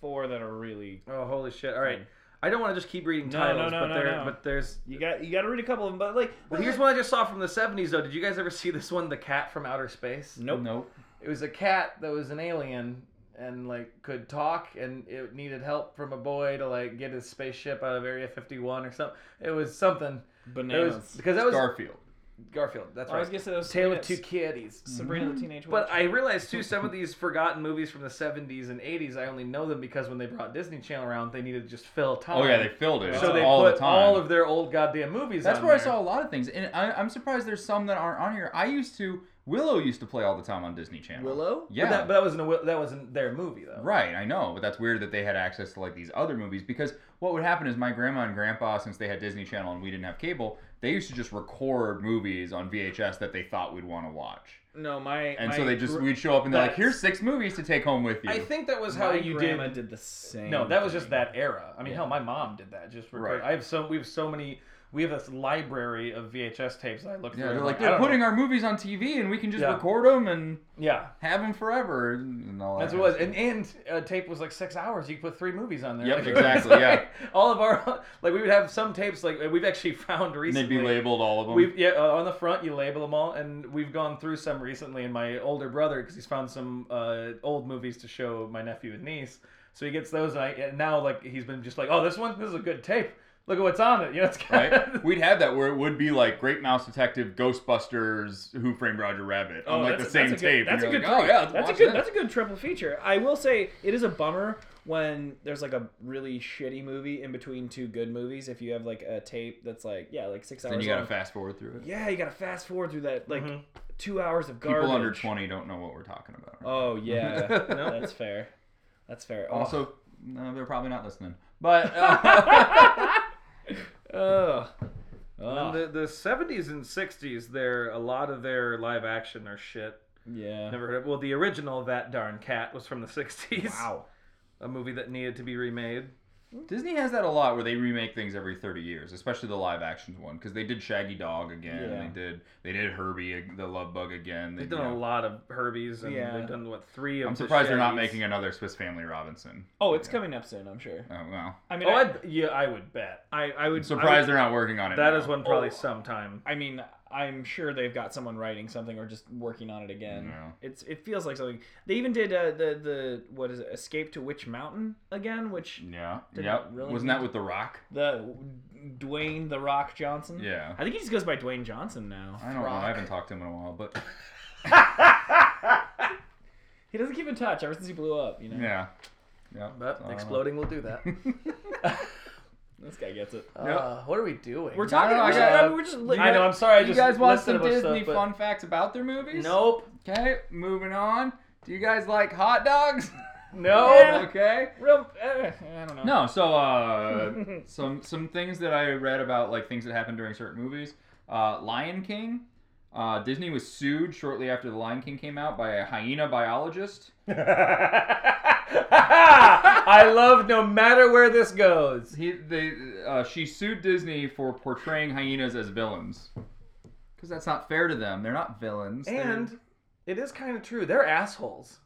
four that are really
Oh, holy shit! All right. I don't want to just keep reading
No,
titles,
no, no,
but,
no,
there,
no.
but there's
you got you got to read a couple of them, but like
Well, here's one I just saw from the 70s, though. Did you guys ever see this one, The Cat from Outer Space?
nope
Nope.
It was a cat that was an alien and like could talk and it needed help from a boy to like get his spaceship out of Area 51 or something. It was something. It
bananas.
was because that was
Garfield.
Garfield. That's
I was
right.
gonna say those Mm.
Tale of Two
Sabrina's-
Kitties.
Sabrina
Mm-hmm.
the Teenage Witch.
But I realized, too, some of these forgotten movies from the 70s and 80s, I only know them because when they brought Disney Channel around, they needed to just fill time.
Oh yeah, they filled it
So they
all
put
the time.
All of their old goddamn movies.
That's
on
where I
there.
saw a lot of things, and I, I'm surprised there's some that aren't on here. I used to Willow used to play all the time on Disney Channel.
Willow?
Yeah.
But that, but that wasn't a, that wasn't their movie though.
Right, I know, but that's weird that they had access to like these other movies because what would happen is my grandma and grandpa, since they had Disney Channel and we didn't have cable, they used to just record movies on VHS that they thought we'd want to watch,
no, my
and
my
so they just
gr-
we'd show up and they're like,
that's-
"Here's six movies to take home with you."
I think that was
my
how you did.
grandma did the same.
No, that was just
thing.
that era. I mean, hell, my mom did that. Just record.
Right.
I have so we have so many. We have this library of VHS tapes that I look
yeah,
through.
they're
and I'm
like
I
they're
don't know."
putting our movies on TV and we can just
Yeah.
record them and
Yeah,
have them forever. And all
that's
that
what it
kind
was.
of
And and uh, tape was like six hours. You could put three movies on there.
Yep,
Like,
exactly, yeah.
like, all of our like we would have some tapes like we've actually found
And
recently.
they'd be labeled all of them.
We've yeah uh, on the front you label them all, and we've gone through some recently. And my older brother, because he's found some uh, old movies to show my nephew and niece, so he gets those. And, I, and now like he's been just like, oh, this one, this is a good tape. Look at what's on it. You know, it's kind
right? We'd have that where it would be like Great Mouse Detective, Ghostbusters, Who Framed Roger Rabbit on
Oh,
like the
that's-
same
that's a good-
tape.
that's
and
a
you're
good
like, oh
play.
yeah, let's
That's a
watch
good.
that.
That's a good triple feature. I will say it is a bummer when there's like a really shitty movie in between two good movies. If you have like a tape that's like yeah, like six hours.
Then you gotta
long.
fast forward through it.
yeah, you gotta fast forward through that like
Mhm.
two hours of garbage.
People under twenty don't know what we're talking about. right?
Oh yeah, no, that's fair. That's fair. Oh,
also, no, they're probably not listening. But uh,
Ugh.
In
Ugh.
the, the 70s and 60s, there a lot of their live action are shit.
yeah.
Never heard of. Well, the original That Darn Cat was from the 60s.
Wow.
A movie that needed to be remade.
Disney has that a lot where they remake things every thirty years, especially the live action one, because they did Shaggy Dog again.
Yeah.
They did they did Herbie, the Love Bug again. They,
They've
you
done a
know.
lot of Herbies, and
Yeah.
they've done, what, three of
I'm
the
surprised they're not
Shaggies.
making another Swiss Family Robinson.
Oh, it's coming up soon. I'm sure.
Oh well,
I mean,
Oh,
I,
I'd, yeah, I would bet.
I, I would
I'm
I would-
surprised they're not working on it.
That
now.
is one probably
Oh.
sometime.
I mean, I'm sure they've got someone writing something or just working on it again.
Yeah.
It's it feels like something. They even did uh, the the what is it? Escape to Witch Mountain again, which
Oh, Yeah.
Did
yep.
it really
Wasn't
need
that with The Rock?
the Dwayne the Rock Johnson.
Yeah.
I think he just goes by Dwayne Johnson now.
I don't know. I haven't talked to him in a while, but
He doesn't keep in touch ever since he blew up. You know,
yeah. Yeah.
But
I don't
exploding will do that.
this guy gets it.
uh, what are we doing?
We're talking.
no, I
we're,
got-
I mean, we're just. like-
I know. I'm sorry. I
know. You
just
guys want
listed
some
a bunch of
Disney
stuff, but-
fun facts about their movies?
Nope.
Okay, moving on. Do you guys like hot dogs?
No.
okay.
Real, uh, I don't know.
No, so uh, some some things that I read about like things that happened during certain movies. Uh, Lion King. Uh, Disney was sued shortly after The Lion King came out by a hyena biologist.
I love no matter where this goes.
He, they, uh, she sued Disney for portraying hyenas as villains. Because that's not fair to them. They're not villains. They're-
And it is kind of true. They're assholes.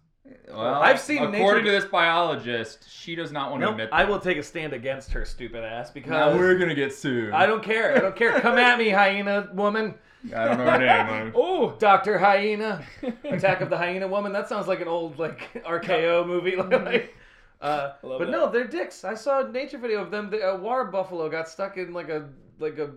well,
I've seen
According
nature-
to this biologist, she does not want to
Nope,
admit
I will take a stand against her stupid ass
Now
because
we're gonna get sued.
I don't care. I don't care. Come at me, hyena woman.
I don't know her name.
Oh,
Doctor Hyena, Attack of the Hyena Woman. That sounds like an old like RKO movie. like, uh,
love
but
that.
no, they're dicks. I saw a nature video of them. The, a war buffalo got stuck in like a like a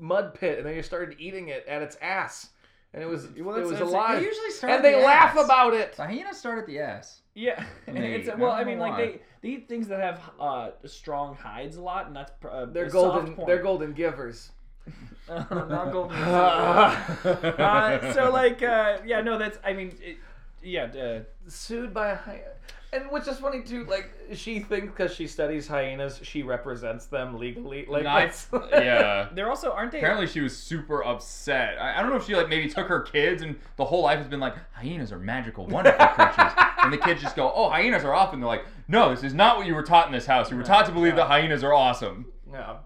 mud pit, and they just started eating it at its ass, and it was
Well,
it
that's-
was
that's-
alive.
they usually start at
and they
the
laugh
ass.
about it.
The hyena start at the ass.
Yeah,
They-
it's
I
well.
don't
I, mean,
know
like
why.
they they eat things that have uh, strong hides a lot, and that's pr- uh,
They're
a
golden.
Soft point.
They're golden givers.
Not golden.
uh,
uh, so like uh, yeah, no, that's I mean, it, yeah, uh,
sued by a hyena. And which is funny too, like she thinks because she studies hyenas, she represents them legally. Like
Nice.
that's-
yeah.
they're also aren't they?
Apparently she was super upset. I, I don't know if she like maybe took her kids and the whole life has been like hyenas are magical, wonderful creatures, and the kids just go, oh hyenas are off, and they're like, no, this is not what you were taught in this house. You were taught to believe that hyenas are awesome.
Yeah.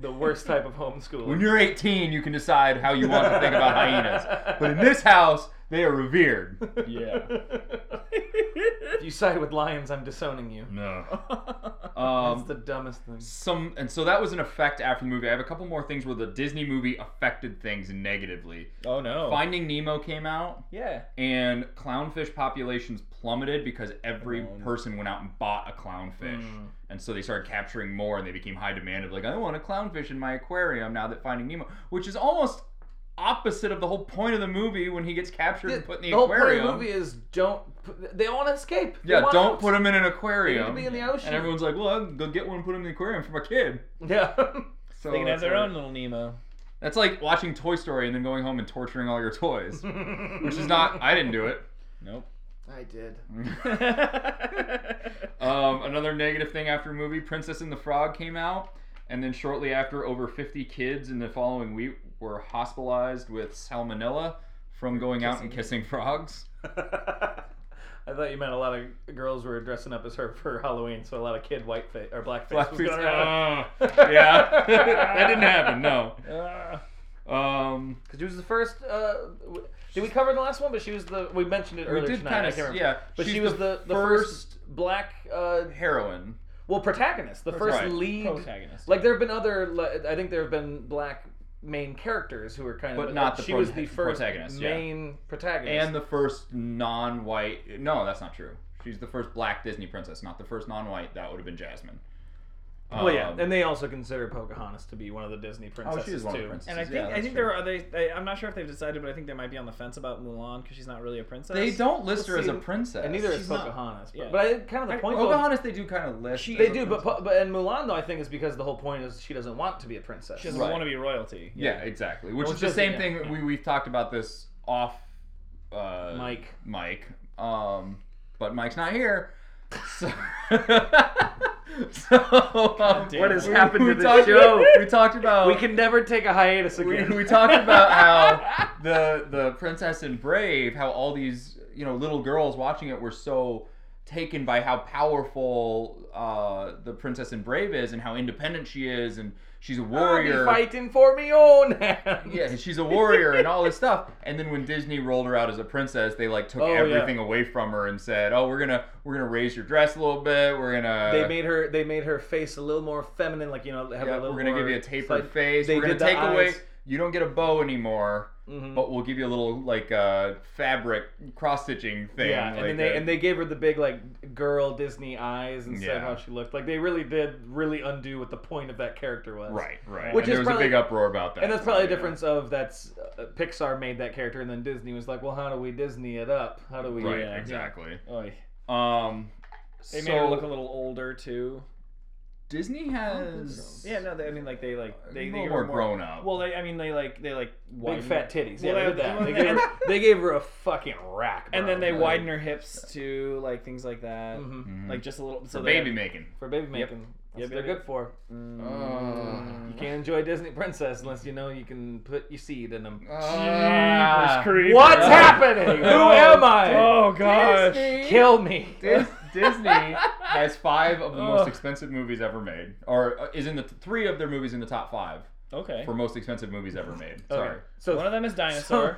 The worst type of
When
homeschooling.
you're 18, you can decide how you want to think about hyenas, but in this house, they are revered.
Yeah.
if you side with lions, I'm disowning you.
No.
That's
Um,
the dumbest thing.
some and so that was an effect after the movie. I have a couple more things where the Disney movie affected things negatively.
oh no.
Finding Nemo came out
Yeah.
and clownfish populations plummeted because every
Oh.
person went out and bought a clownfish.
Mm.
And so they started capturing more and they became high demand of like I want a clownfish in my aquarium now that Finding Nemo, which is almost opposite of the whole point of the movie when he gets captured and put in the,
whole point of
aquarium.
the movie is don't. Put, they want to escape. They
yeah,
want
don't
out.
put him in an
They need to
aquarium.
be in the
And
ocean.
everyone's like, "Well, I'll go get one and put him in the aquarium for my kid."
yeah.
So
They can have
that's
their
what-
own little Nemo.
That's like watching Toy Story and then going home and torturing all your toys, which is not. I didn't do it.
Nope.
I did.
Um, another negative thing after a movie, Princess and the Frog came out, and then shortly after, over 50 kids in the following week were hospitalized with salmonella from going out and kissing frogs.
I thought you meant a lot of girls were dressing up as her for Halloween, so a lot of kid white face or black face was
Blackface-
going around.
Oh, yeah, that didn't happen. No.
Ah.
Um,
Because she was the first. Uh, w- did we cover the last one? But she was the. We mentioned it
we
earlier
did
tonight.
kind
I can't
of,
remember.
yeah.
But
she's
she was the, the first, black, uh,
heroine.
well, protagonist, the first
Right.
lead.
Protagonist.
Like there have been other, li- I think there have been black main characters who are kind of,
But not the
she was
prota-
the first
protagonist, yeah.
main protagonist.
And the first non-white. No, that's not true. She's the first black Disney princess, not the first non-white. That would have been Jasmine.
well, yeah,
Um,
and they also consider Pocahontas to be one of the Disney
oh,
princesses
she is one
too.
of the princesses.
and I
yeah,
think I
that's
think
true.
there are they, they. I'm not sure if they've decided, but I think they might be on the fence about Mulan because she's not really a princess.
They don't list her as a
see,
princess.
And neither is
She's not-
Pocahontas. But,
yeah.
but I think kind of the point. though,
Pocahontas. They do kind of list.
She-
her
they
as a
do, but,
princess.
Po- but and Mulan though I think is because the whole point is she doesn't want to be a princess.
She doesn't
Right.
want to be royalty.
yeah, exactly. Which
Well,
is the
she
same
doesn't-
thing we we've talked about this off. Uh,
Mike.
Mike. Um, but Mike's not here. So. so um,
damn What has
happened to this
talked-
show?
We talked about
We can never take a hiatus
we,
again.
we talked about how the the princess and brave how all these you know little girls watching it were so taken by how powerful uh, the princess and brave is and how independent she is and she's a
I'll be
warrior
fighting for me oh, own hand.
yeah and she's a warrior and all this stuff and then when disney rolled her out as a princess they like took
Oh, yeah.
everything away from her and said oh we're gonna we're gonna raise your dress a little bit we're gonna
They made her. They made her face a little more feminine, like you know, have
yeah,
a little.
we're gonna
more
give you a tapered
side-
face
They
we're gonna
did the
take away
eyes. Mm-hmm.
you don't get a bow anymore,
Mhm.
but we'll give you a little like uh, fabric cross stitching thing.
Yeah, and
like
then they
a-
and they gave her the big like girl Disney eyes and said
Yeah.
how she looked. Like they really did really undo what the point of that character was.
right, right.
Which
and
is
there was
probably-
a big uproar about that.
And that's probably a
you know.
difference of that's uh, Pixar made that character and then Disney was like, well, how do we Disney it up? How do we?
Right,
Yeah.
exactly.
Oy.
Um,
They
so
made her look a little older too.
Disney has
Yeah, no, they, I mean like they like
a
they,
little
they
more
were
grown up.
Well, they, I mean they like they like
Big
widen-
fat titties. Yeah,
Well,
they, did
they-
that. They
well,
gave her, they gave her a fucking rack.
and
bro. Mm-hmm.
then they
Like,
widen her hips too, like things like that.
mhm.
Mhm.
Like just a little. So
for
they-
baby making.
for baby making. That's
Yeah,
what they're
baby.
good for.
Uh,
Mm-hmm.
You can't enjoy Disney princess unless you know you can put your seed in them.
Ah.
What's happening? Who am I?
Oh gosh.
Kill me.
Dis- Disney has five of the most expensive movies ever made, or uh, is in the th- three of their movies in the top five
Okay.
for most expensive movies ever made.
Okay,
Sorry.
So
One of them is dinosaur.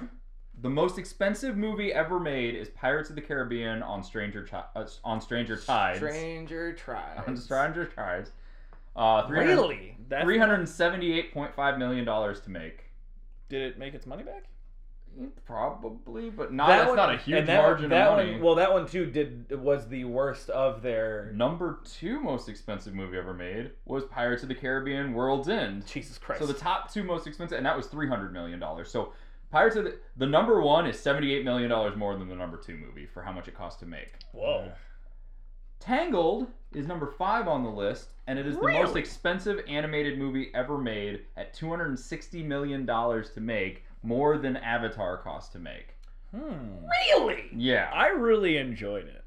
The most expensive movie ever made is Pirates of the Caribbean on Stranger Chi- uh, on Stranger Tides.
Stranger Tribes.
on Stranger Tides. Uh, 300
Really?
That's,
$378.5 million dollars to make.
Did it make its money back?
Probably, but not,
That
Ah, that's
one-
not a huge
and that,
margin
that
of money.
One, well, that one too did was the worst of their.
Number two most expensive movie ever made was Pirates of the Caribbean: World's End.
Jesus Christ.
So the top two most expensive, and that was three hundred million dollars. So Pirates of the, the number one is seventy eight million dollars more than the number two movie for how much it cost to make.
Whoa.
Tangled is number five on the list, and it is the most expensive animated movie ever made at two hundred and sixty million dollars to make, more than Avatar cost to make.
Hmm.
Really?
Yeah,
I really enjoyed it.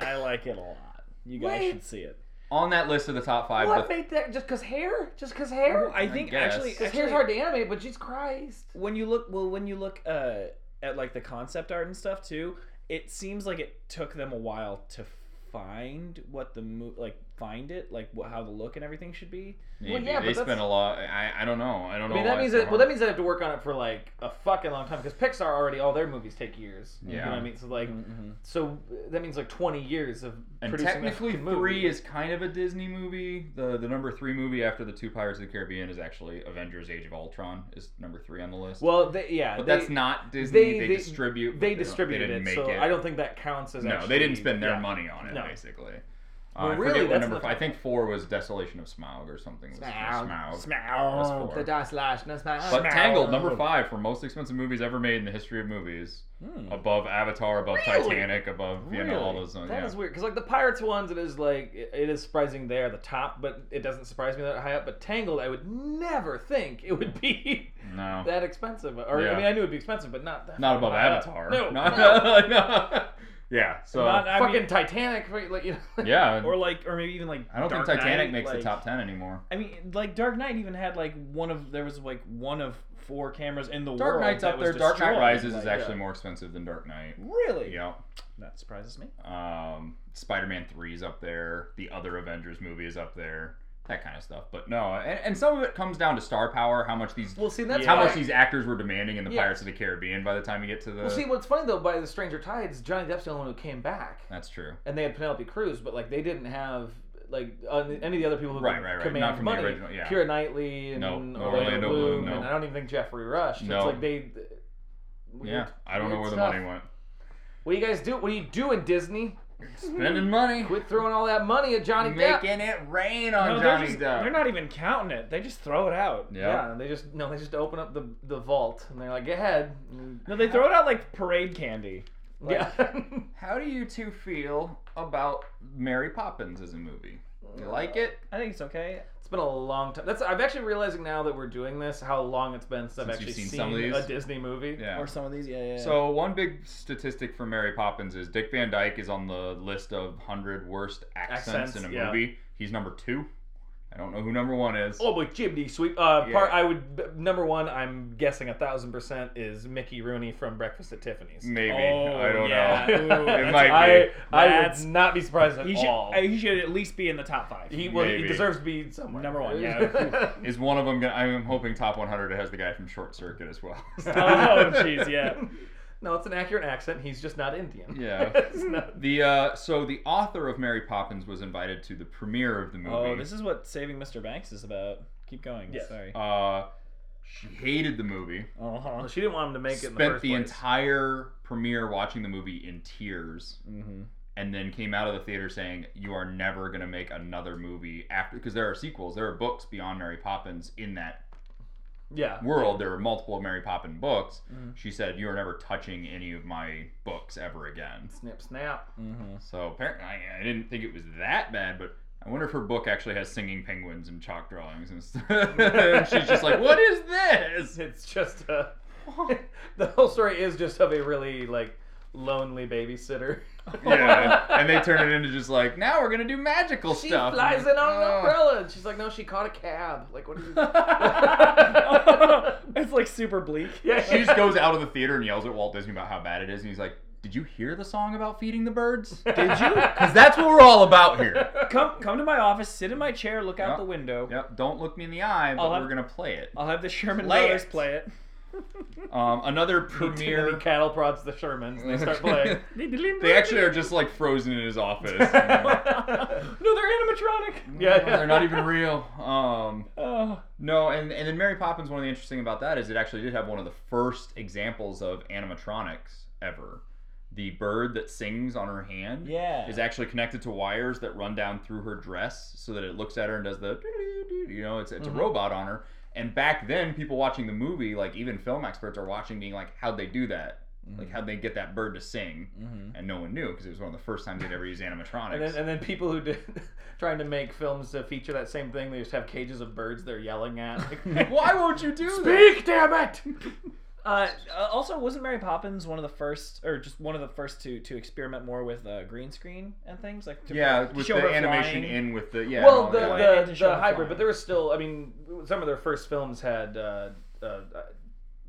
I like it a lot. You guys
Wait.
should see it.
on that list of the top five,
What
the,
made that? Just cause hair? Just cause hair?
I think
guess.
actually,
'Cause
Cause
actually
hair's hard to animate, but Jesus Christ.
when you look well when you look uh, at like the concept art and stuff too, it seems like it took them a while to find what the mo- like find it like what, how the look and everything should be.
maybe,
yeah, but
they
that's-
spent a lot. I, I don't know. I don't
I
know.
mean
why
that means
it's so
that, well
hard.
that means they have to work on it for like a fucking long time because Pixar already all their movies take years. You know
Yeah.
what I mean? So like so uh, that means like twenty years of
And
producing a
technically,
fucking movie.
three is kind of a Disney movie. The the number three movie after the two Pirates of the Caribbean is actually Avengers: Age of Ultron is number three on the list.
well they, yeah
but
they-
that's not Disney. They,
they-
distribute. but
they
don't-
distributed
didn't
it
make
so I don't think that counts as
No,
actually,
they didn't spend their
yeah.
money on it.
No.
Basically,
Well,
uh, I
really,
forget what
that's
number.
not-
Five, I think four was Desolation of Smaug or something. was- was
Smaug. Oh,
Smaug.
Smaug.
was four.
The dot slash. That's not.
But Tangled, number five for most expensive movies ever made in the history of movies, above Avatar, above Titanic, above you know all
Hmm. Really?
those. uh,
That
yeah.
is weird because like the pirates ones, it is like it it is surprising they are the top, but it doesn't surprise me that high up. But Tangled, I would never think it would be
No.
that expensive. Or I
Yeah.
mean, I knew it'd be expensive, but not that.
Not
Uh,
above
high up.
Avatar.
No,
Not-
no.
no. Yeah. So
Not- I
fucking
mean-
Titanic. right, Like you know.
yeah,
or like or maybe even like
I don't
Dark
think Titanic
Knight,
makes the
like-
top ten anymore.
I mean, like Dark Knight even had like one of there was like one of four cameras in the
Dark
world.
Knight's
that
up
was
there. Dark Knight
destroyed,
Rises is
like-
actually more expensive than Dark Knight.
really
Yeah.
that surprises me.
Um, Spider-Man Three is up there. The other Avengers movie is up there. That kind of stuff. But no, and, and some of it comes down to star power. How much these
Well, see that's
how
why-
much these actors were demanding in the
Yeah.
Pirates of the Caribbean. By the time you get to the
Well, see what's funny though, by the Stranger Tides, Johnny Depp's the only one who came back,
that's true.
and they had Penelope Cruz, but like they didn't have. Like uh, any of the other people who
Right,
could
right, right.
command
Not from the
money,
original, yeah.
Keira Knightley and
No, no Orlando
Orlando
Bloom,
Bloom,
no.
and I don't even think Jeffrey Rush.
No.
It's like they.
Yeah,
weird-
I don't know
weird
where the
stuff.
money went.
What do you guys do? What are you doing, Disney?
Spending money,
Quit throwing all that money at Johnny Depp.
making it rain on
No, they're,
Johnny
just-
Depp.
they're not even counting it. They just throw it out.
Yeah.
Yeah, and they just no, they just open up the the vault and they're like, "Go ahead." And-
No, they throw it out like parade candy.
yeah.
How do you two feel about Mary Poppins as a movie? You like it?
I think it's okay.
it's been a long time. That's I'm actually realizing now that we're doing this how long it's been since, I've
Since you've
actually
seen some of
seen
these?
a Disney movie.
Yeah.
Or some of these, yeah, yeah.
So one big statistic for Mary Poppins is Dick Van Dyke is on the list of hundred worst accents,
Accents,
in a
yeah.
movie. He's number two. I don't know who number one is.
Oh, but Jiminy Sweep. Uh,
Yeah.
part I would b- number one. I'm guessing a thousand percent is Mickey Rooney from Breakfast at Tiffany's.
Maybe
Oh,
I don't
yeah.
know.
Ooh,
Mm. it
that's-
might be.
I I
That's-
would not be surprised at
he should,
all.
uh, he should at least be in the top five.
he well,
Maybe.
he deserves to be somewhere.
Number one, yeah.
Is one of them? Gonna, I'm hoping top 100 has the guy from Short Circuit as well.
oh, jeez, yeah.
no, it's an accurate accent. He's just not Indian.
Yeah.
It's not-
the uh, so the author of Mary Poppins was invited to the premiere of the movie.
Oh, this is what Saving Mr. Banks is about. Keep going.
Yes.
Sorry.
Uh, She hated the movie.
Uh huh.
Uh-huh.
Well, she didn't want him to make it in the
spent
first
the,
place.
entire premiere watching the movie in tears,
Uh-huh.
Mm-hmm.
and then came out of the theater saying, "You are never gonna make another movie after because there are sequels, there are books beyond Mary Poppins in that
Yeah.
world. There are multiple Mary Poppins books."
Mm-hmm.
Mhm.
She said, "You are never touching any of my books ever again."
Snip, snap.
Mm-hmm.
So apparently, I, I didn't think it was that bad, but I wonder if her book actually has singing penguins and chalk drawings and stuff. and she's just like, "What is this?"
It's just uh, the whole story is just of a really like lonely babysitter.
yeah, and they turn it into just like, "Now we're gonna do magical
She
stuff."
flies in on an
Oh.
umbrella, and she's like, "No, she caught a cab." Like, what are you?
it's like super bleak.
Yeah,
She just goes out of the theater and yells at Walt Disney about how bad it is, and he's like, "Did you hear the song about feeding the birds? Because
Did you
that's what we're all about here."
come come to my office, sit in my chair, look out
Yeah.
the window?
Yep. Don't look me in the eye, but
I'll have-
we're gonna play it.
I'll have the Sherman
Play
Brothers
it.
play it.
Um, another
Too many
premiere.
cattle prods the Shermans. And they start playing.
they actually are just like frozen in his office. no,
No, they're animatronic.
Yeah, yeah.
they're not even real. Um,
Oh.
No, and and then Mary Poppins. One of the interesting about that is it actually did have one of the first examples of animatronics ever. The bird that sings on her hand
Yeah.
is actually connected to wires that run down through her dress, so that it looks at her and does the doo-doo-doo-doo, you know it's it's
Mm-hmm.
a robot on her. And back then, people watching the movie, like even film experts, are watching, being like, "How'd they do that? Like
Mm-hmm.
how'd they get that bird to sing?"
Mhm.
And no one knew because it was one of the first times they'd ever used animatronics.
And then, and then people who did trying to make films to feature that same thing, they just have cages of birds they're yelling at. Like,
Why won't you do that?
Speak, damn it!
Uh, uh, also, wasn't Mary Poppins one of the first, or just one of the first to to experiment more with uh, green screen and things like? To
Yeah, with
show
the
her
animation
flying.
in with the yeah.
well,
and
the,
all that.
Why
the,
did they show
the
the
hybrid,
flying?
but there was still, I mean, some of their first films had uh, uh, uh,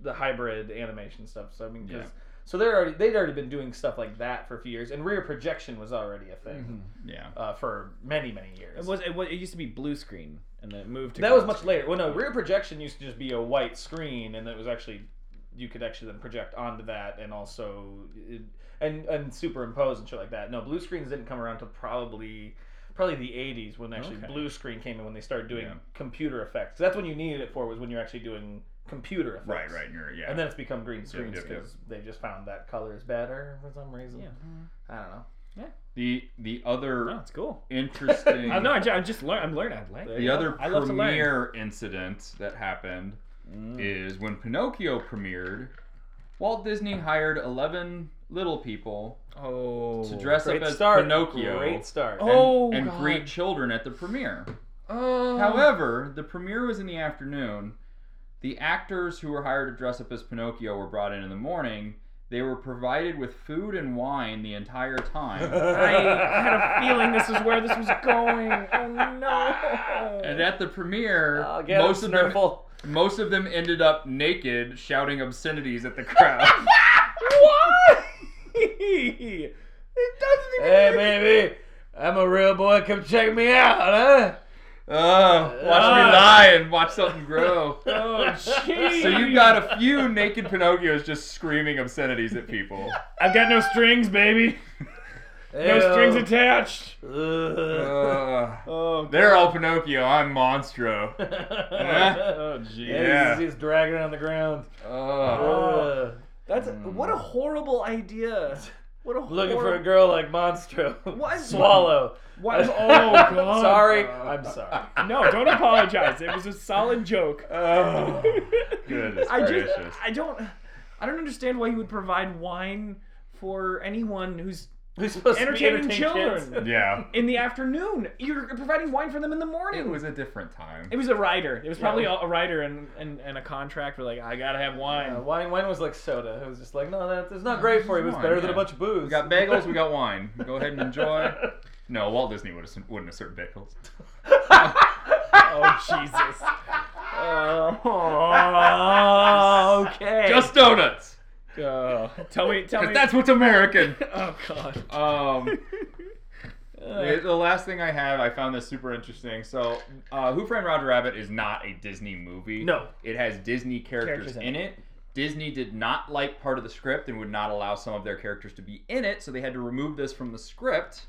the hybrid animation stuff. So I mean, 'cause-
Yeah.
so they're already they'd already been doing stuff like that for a few years, and rear projection was already a thing
Mm-hmm.
yeah.
uh, for many many years.
It was it, was, it used to be blue screen, and then it moved to
that
green
was much
screen.
later. Well, no, rear projection used to just be a white screen, and it was actually you could actually then project onto that, and also it, and and superimpose and shit like that. No, blue screens didn't come around till probably probably the 80s when actually
Okay.
blue screen came in when they started doing
Yeah.
computer effects. That's when you needed it for was when you're actually doing computer effects.
Right, right. You're, yeah.
And then it's become green screens
yep,
because
yep.
they just found that color is better for some reason.
Yeah.
I don't know.
the the other
No, it's cool.
interesting
Uh, I know. I, ju- I just learn. I'm learning. I'm learning.
the other
I love to learn. Mm.
premiere incident that happened is when Pinocchio premiered. Walt Disney hired eleven little people
Oh.
to dress up
Great
as
start.
Pinocchio
Great start.
and,
Oh,
and
God.
greet children at the premiere.
Oh.
However, the premiere was in the afternoon. The actors who were hired to dress up as Pinocchio were brought in in the morning. They were provided with food and wine the entire time.
I had a feeling this is where this was going. Oh no.
and at the premiere,
Oh, get
most
him,
of them
Snurfle.
most of them ended up naked shouting obscenities at the crowd.
Why? it doesn't even.
Hey, baby, I'm a real boy. Come check me out, huh?
oh, watch me lie and watch something grow.
Oh, jeez.
So you've got a few naked Pinocchios just screaming obscenities at people.
I've got no strings, baby. No
Ew.
strings attached.
Ugh.
Ugh.
Oh,
Uh, they're all Pinocchio, I'm Monstro. Eh?
oh, jeez. Oh.
Yeah.
He's, he's dragging on the ground. Uh,
Ugh.
Ugh.
That's what
Mm.
a horrible idea. What a
Looking for
horrible...
a girl like Monstro.
What?
Swallow.
What? Oh God! Ah.
sorry. I'm sorry.
No, don't apologize. It was a solid joke.
Oh, goodness
I
gracious.
just, I don't, I don't understand why you would provide wine for anyone who's
We're supposed to be
entertaining
kids.
children
yeah.
in the afternoon. You're providing wine for them in the morning.
It was a different time.
It was a writer. It was probably a a writer and, and, and a contract. We're like, I gotta have wine.
Uh,
Oh.
wine, wine was like soda. It was just like, no, that, it's not great for you. It's
Wine,
better than a
yeah.
bunch of booze.
We got bagels, we got wine. Go ahead and enjoy. No, Walt Disney would have, wouldn't have served bagels.
oh Jesus! Oh, okay.
Just donuts!
Oh, tell me, tell me.
Because that's what's American!
oh God.
Um, the, the last thing I have, I found this super interesting. So, uh, Who Framed Roger Rabbit is not a Disney movie.
No.
it has Disney characters,
Characters in
in it. Disney did not like part of the script and would not allow some of their characters to be in it, so they had to remove this from the script.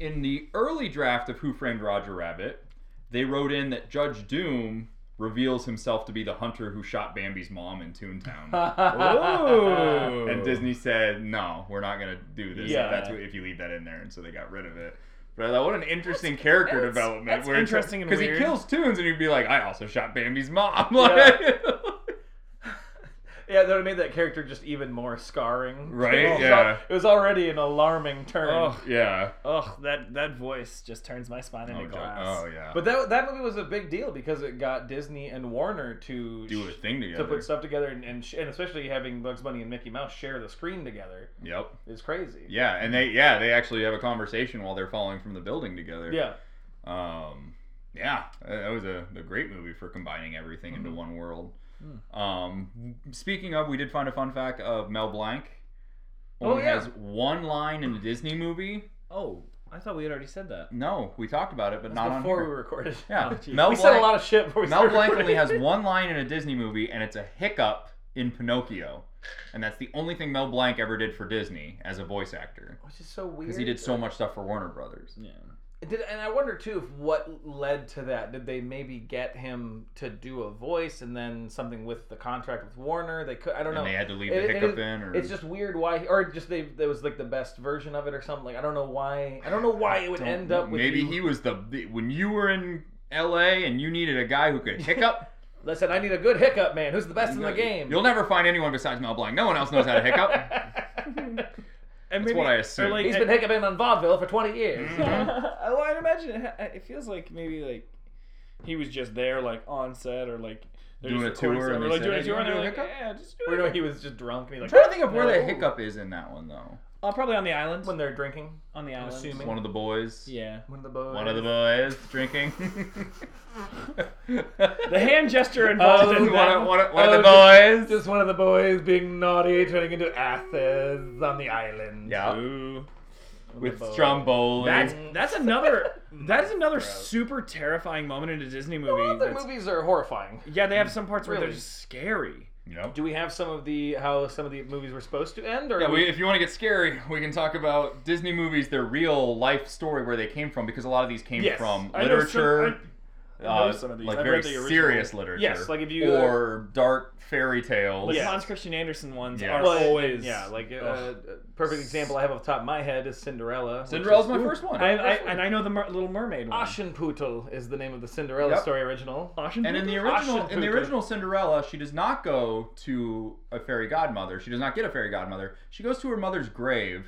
In the early draft of Who Framed Roger Rabbit, they wrote in that Judge Doom reveals himself to be the hunter who shot Bambi's mom in Toontown. and Disney said, "No, we're not gonna do this.
Yeah.
If that's what, if you leave that in there." And so they got rid of it. But I thought, what an interesting character
that's-
development.
that's interesting and
because he
weird.
kills Toons, and you'd be like, "I also shot Bambi's mom."
Yeah.
Yeah, that would have made that character just even more scarring.
Right,
It was al-
yeah.
it was already an alarming turn.
Ugh.
yeah.
Ugh, that that voice just turns my spine into
Oh, God.
glass.
Oh, yeah.
But that that movie was a big deal because it got Disney and Warner to
do a
sh-
thing
to
together.
put stuff together and and, sh- and especially having Bugs Bunny and Mickey Mouse share the screen together
Yep.
is crazy.
Yeah, and they yeah they actually have a conversation while they're falling from the building together.
Yeah.
Um, yeah, that was a, a great movie for combining everything into
Mm-hmm.
one world.
Hmm.
Um, speaking of, we did find a fun fact of Mel Blanc.
Oh,
Only
yeah.
has one line in a Disney movie.
Oh, I thought we had already said that.
No, we talked about it, but
That's
not
before
on
we
here.
recorded.
Yeah,
Oh, geez.
Mel
we said a
Blanc-
lot of shit before we
Mel
started
Blanc only
recording.
has one line in a Disney movie, and it's a hiccup in Pinocchio, and that's the only thing Mel Blanc ever did for Disney as a voice actor
which is so weird.
because he did so much stuff for Warner Brothers.
Yeah.
Did, and I wonder too if what led to that. Did they maybe get him to do a voice and then something with the contract with Warner? They could. I don't
And
know.
they had to leave
It-
the
it
hiccup
is-
in, or
It's just weird why, or just they that was like the best version of it or something. Like I don't know why. I don't know why it would
Don't
end
know.
up with
maybe
you-
he was the the- when you were in L.A. and you needed a guy who could hiccup.
Listen, I need a good hiccup man. Who's the best in the game?
You'll never find anyone besides Mel Blanc. No one else knows how to hiccup.
And
That's what I assumed.
He's been hiccuping on vaudeville for twenty years. Mm-hmm.
well, I'd imagine it, ha- it feels like maybe like he was just there, like on set, or like they're
Doing
just
a tour
recording
and
something,
they said, "Hey, you
like doing a tour,
wanna
and they're
do a
like,
hiccup?"
yeah, just do
Or
it.
no, he was just drunk and he
I'm
like
trying to think of where
No.
the hiccup is in that one though.
Uh, probably on the island.
when they're drinking.
on the island.
assuming.
One of the boys.
Yeah.
One of the bows.
One of the boys drinking.
The hand gesture
Oh,
involved in
one
that.
of, one of- one of
Oh,
the boys.
Just one of the boys being naughty, turning into asses on the island.
yeah.
Ooh.
With
boys.
Stromboli.
That's that's another that is another super terrifying moment in a Disney movie.
Well, their
that's-
movies are horrifying.
Yeah, they have some parts where they're
Really?
just scary.
Yep.
Do we have some of the how some of the movies were supposed to end, or
Yeah,
are
we, if you want to get scary, we can talk about Disney movies, their real life story, where they came from, because a lot of these came
Yes.
from
I know some-
literature,
I- I know
uh,
some of these.
like
I've
very
read the original.
serious literature.
Yes, like if you-
uh,
or dark fairy tales.
Like
Yeah.
Hans Christian Andersen ones
Yeah.
are
Well,
always
yeah, like uh, a perfect example I have off the top of my head is Cinderella. which
Cinderella's
is-
my first one.
I, I, and I know the Mer- Little Mermaid one.
Aschenputtel is the name of the Cinderella
Yep.
story original.
Ashen
and in the
Poodle?
original, in the
Aschenputtel.
original Cinderella, she does not go to a fairy godmother. She does not get a fairy godmother. She goes to her mother's grave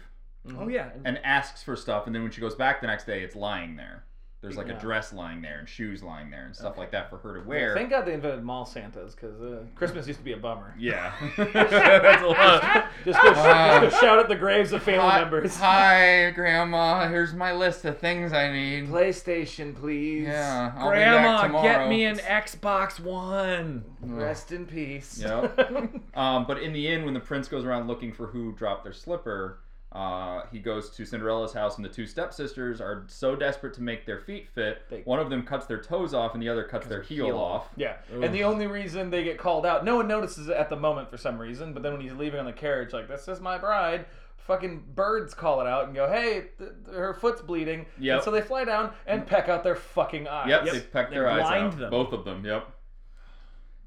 Oh yeah.
and asks for stuff, and then when she goes back the next day, it's lying there. There's like
Yeah.
a dress lying there and shoes lying there and stuff like that for her to wear.
Thank God they invented mall Santas because uh, Christmas used to be a bummer.
Yeah. That's a lot.
Just go,
Ah.
just go shout at the graves of family
Hi,
members.
hi, Grandma. Here's my list of things I need.
PlayStation, please.
Yeah. I'll be back
Grandma,
tomorrow.
get me an Xbox One.
Rest in peace.
Yep. um, but in the end, when the prince goes around looking for who dropped their slipper, uh, he goes to Cinderella's house, and the two stepsisters are so desperate to make their feet fit.
They-
One of them cuts their toes off, and the other cuts their heel, off.
Yeah, and the only reason they get called out, no one notices it at the moment for some reason, but then when he's leaving on the carriage, like, this is my bride, fucking birds call it out and go, hey, th- th- her foot's bleeding.
Yep.
And so they fly down and peck out their fucking eyes.
Yep, they peck
They
their eyes
blind
out.
them.
Both of them. Yep.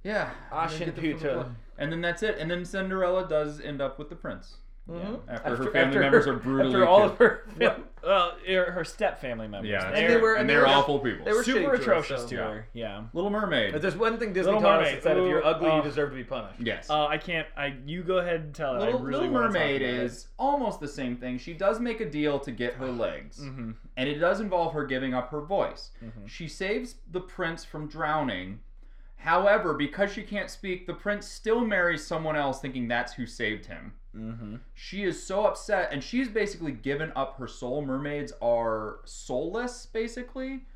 Yeah.
Ash and
They get the full
Puta.
blood. And then that's it. And then Cinderella does end up with the prince.
Mhm.
After, her family members are brutally
After all
killed.
of her.
Well, her her step family members.
Yeah,
They're
they were-
and
and
they're
were-
awful people.
they were shitty to
super
her,
atrocious
so-
to her. Yeah.
Little Mermaid.
If there's one thing Disney
Little
taught us,
Mermaid.
it's that Oh. if you're
Ooh,
ugly,
uh,
you deserve to be punished.
yes.
Uh, I can't. I you go ahead and tell it.
Uh, Little,
I really
Little
wanna talk
Mermaid
about it.
is almost the same thing. She does make a deal to get her legs,
Mm-hmm.
and it does involve her giving up her voice. She saves the prince from drowning. However, because she can't speak, the prince still marries someone else, thinking that's who saved him. She is so upset, and she's basically given up her soul. Mermaids are soulless, basically.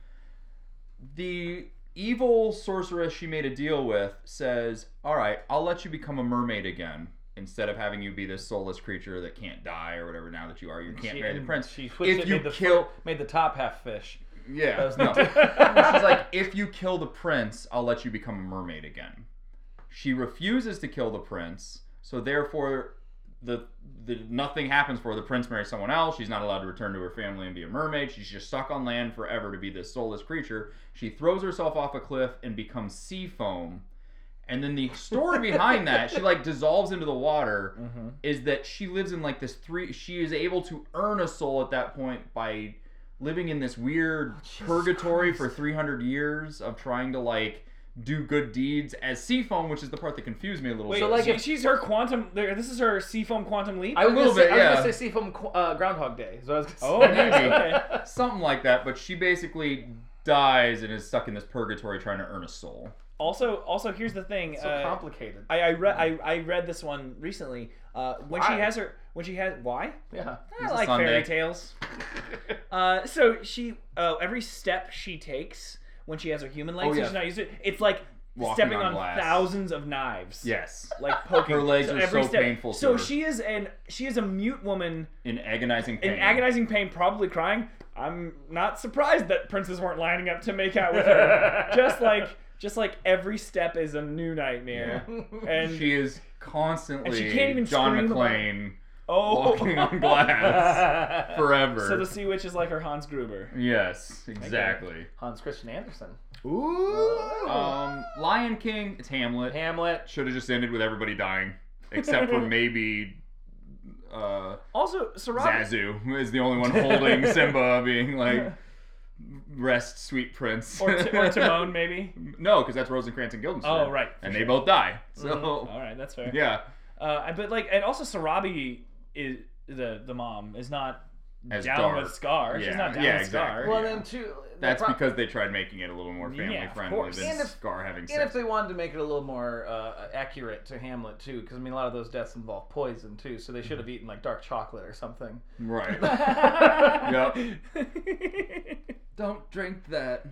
The evil sorceress she made a deal with says, All right, I'll let you become a mermaid again instead of having you be this soulless creature that can't die or whatever now that you are. You can't
She-
marry the
and
prince.
She switched
If
it,
you
made the
kill-
fir- made the top half fish.
Yeah.
was
No. She's like, if you kill the prince, I'll let you become a mermaid again. She refuses to kill the prince, so therefore the, the nothing happens for her. The prince marries someone else. She's not allowed to return to her family and be a mermaid. She's just stuck on land forever to be this soulless creature. She throws herself off a cliff and becomes sea foam. And then the story behind that, she like dissolves into the water, is that she lives in like this three. She is able to earn a soul at that point by living in this weird purgatory for 300 years of trying to like do good deeds as seafoam, which is the part that confused me a little
Wait,
bit.
so like she, she's her quantum. there- This is her seafoam quantum leap.
I was
A
gonna
little
say,
bit,
I was
yeah.
gonna say see from uh, Groundhog Day. So I was gonna
oh,
say.
maybe. okay.
something like that. But she basically dies and is stuck in this purgatory trying to earn a soul.
Also, also here's the thing.
so
uh,
complicated.
I I read I, I read this one recently. Uh, when she
Why?
has her when she has why
Yeah.
I like
Sunday.
fairy tales. Uh, so she uh, every step she takes when she has her human legs,
Oh,
so
yeah.
she's not used to it, It's like
Walking
stepping
on
on,
glass.
thousands of knives.
Yes,
Like poking
Her legs are
every
so
step-
painful to
So
her.
she is an she is a mute woman
in agonizing pain.
in agonizing pain, probably crying. I'm not surprised that princes weren't lining up to make out with her. just like just like every step is a new nightmare. And
she is constantly
And she can't even
John
scream about
McClane
oh,
walking on glass forever.
so the sea witch is like her Hans Gruber.
yes, exactly.
Hans Christian Andersen.
Ooh.
Um, Lion King. It's Hamlet.
Hamlet.
Should have just ended with everybody dying, except for maybe uh,
Also, Sarab
Zazu is the only one holding Simba, being like, "Rest, sweet prince."
or, Ti- or Timon, maybe.
no, because that's Rosencrantz and Guildenstern.
Oh, right, for Mm-hmm.
And they both die. So
All right, that's fair.
yeah,
Uh, but like, and also Sarabi is the the mom is not
as
down
dark.
with Scar. She's
Yeah,
not down
yeah,
with Scar.
exactly.
Well,
Yeah.
then too. the
That's
pro-
because they tried making it a little more
Yeah,
family
of
friendly
course.
And
than
if-
Scar having
And if
sex.
they wanted to make it a little more uh, accurate to Hamlet too, because I mean a lot of those deaths involve poison too, so they should have eaten like dark chocolate or something.
Right. yep. Don't drink that.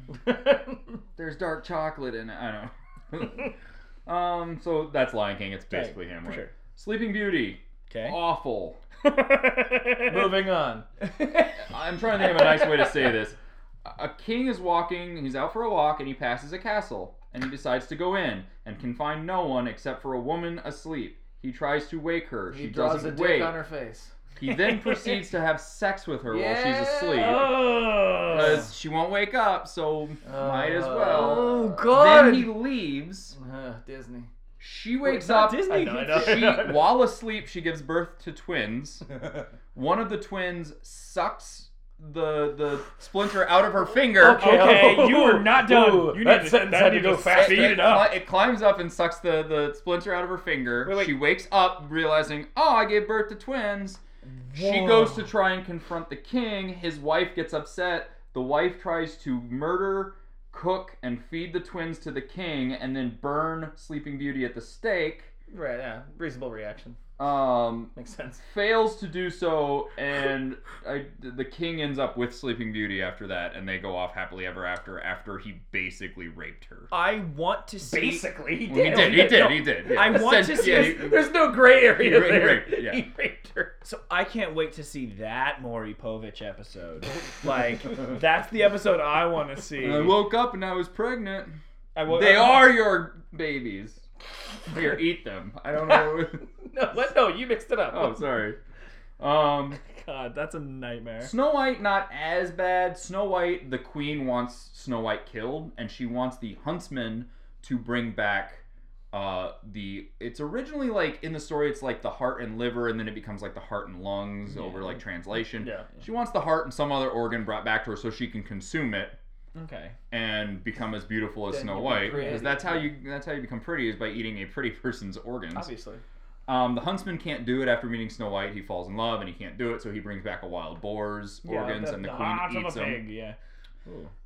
There's dark chocolate in it. I don't. know. um. So that's Lion King. It's basically Hamlet.
sure.
Sleeping Beauty.
Okay.
Awful.
Moving on.
I'm trying to think of a nice way to say this. A king is walking, he's out for a walk, and he passes a castle, and he decides to go in, and can find no one except for a woman asleep. He tries to wake her.
He
she
draws a
doesn't
dick
wake.
on her face.
He then proceeds to have sex with her while she's asleep.
Oh.
Because she won't wake up, so might as well.
Oh God.
Then he leaves.
Ugh, Disney.
She wakes
not
up.
Disney. I know, I know,
she, while asleep, she gives birth to twins. One of the twins sucks the the splinter out of her finger.
Okay, you are not done.
Ooh,
you need
that
to,
sentence
that
had
need
to go faster.
Speed
it,
it up.
cli- Oh. it climbs up and sucks the, the splinter out of her finger.
Wait, wait.
She wakes up realizing, oh, I gave birth to twins. She goes to try and confront the king. His wife gets upset. The wife tries to murder, cook, and feed the twins to the king, and then burn Sleeping Beauty at the stake.
Right. Yeah. Reasonable reaction.
Um,
Makes sense.
fails to do so, and I, the king ends up with Sleeping Beauty after that, and they go off happily ever after. After he basically raped her.
I want to see.
Basically, Oh, he
Well,
did.
he did. He did. He did. yeah.
I want to
Said-
see
yeah,
this-
he-
There's no gray area
He raped- he
there.
raped, yeah.
He raped her.
So I can't wait to see that Maury Povich episode. like that's the episode I want to see.
I woke up and I was pregnant.
I oh wo-
They are your babies. Here, eat them. I don't know.
No, let, no, you mixed it up.
oh, sorry. Um,
God, that's a nightmare.
Snow White not as bad. Snow White, the queen wants Snow White killed, and she wants the huntsman to bring back uh the it's originally like in the story it's like the heart and liver and then it becomes like the heart and lungs over like translation
Yeah.
she wants the heart and some other organ brought back to her so she can consume it
Okay.
and become as beautiful as
Then
Snow
you
White
become
because
pretty.
that's how you that's how you become pretty is by eating a pretty person's organs.
Obviously.
Um, the huntsman can't do it after meeting Snow White. He falls in love and he can't do it, so he brings back a wild boar's organs and the queen
heart
eats
of a pig.
them.
Yeah.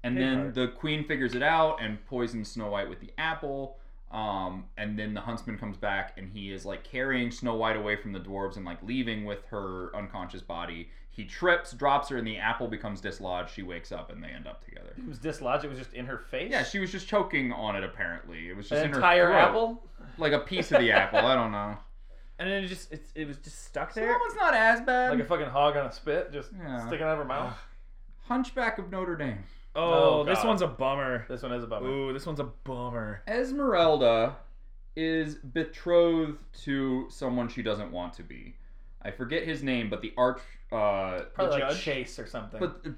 And then the queen figures it out and poisons Snow White with the apple. Um, and then the huntsman comes back and he is like carrying Snow White away from the dwarves and like leaving with her unconscious body. He trips, drops her, and the apple becomes dislodged. She wakes up and they end up together.
It was dislodged. It was just in her face.
Yeah, she was just choking on it. Apparently, it was just
An
in her
entire
throat.
apple.
like a piece of the apple. I don't know.
And then it just it, it was just stuck
That
there.
one's not as bad.
Like a fucking hog on a spit, just
Yeah.
sticking out of her mouth.
Hunchback of Notre Dame.
Oh,
Oh,
this
God.
one's a bummer.
This one is about me.
Ooh, this one's a bummer.
Esmeralda is betrothed to someone she doesn't want to be. I forget his name, but the arch. Uh,
Probably
The
like
judge?
Chase or something.
but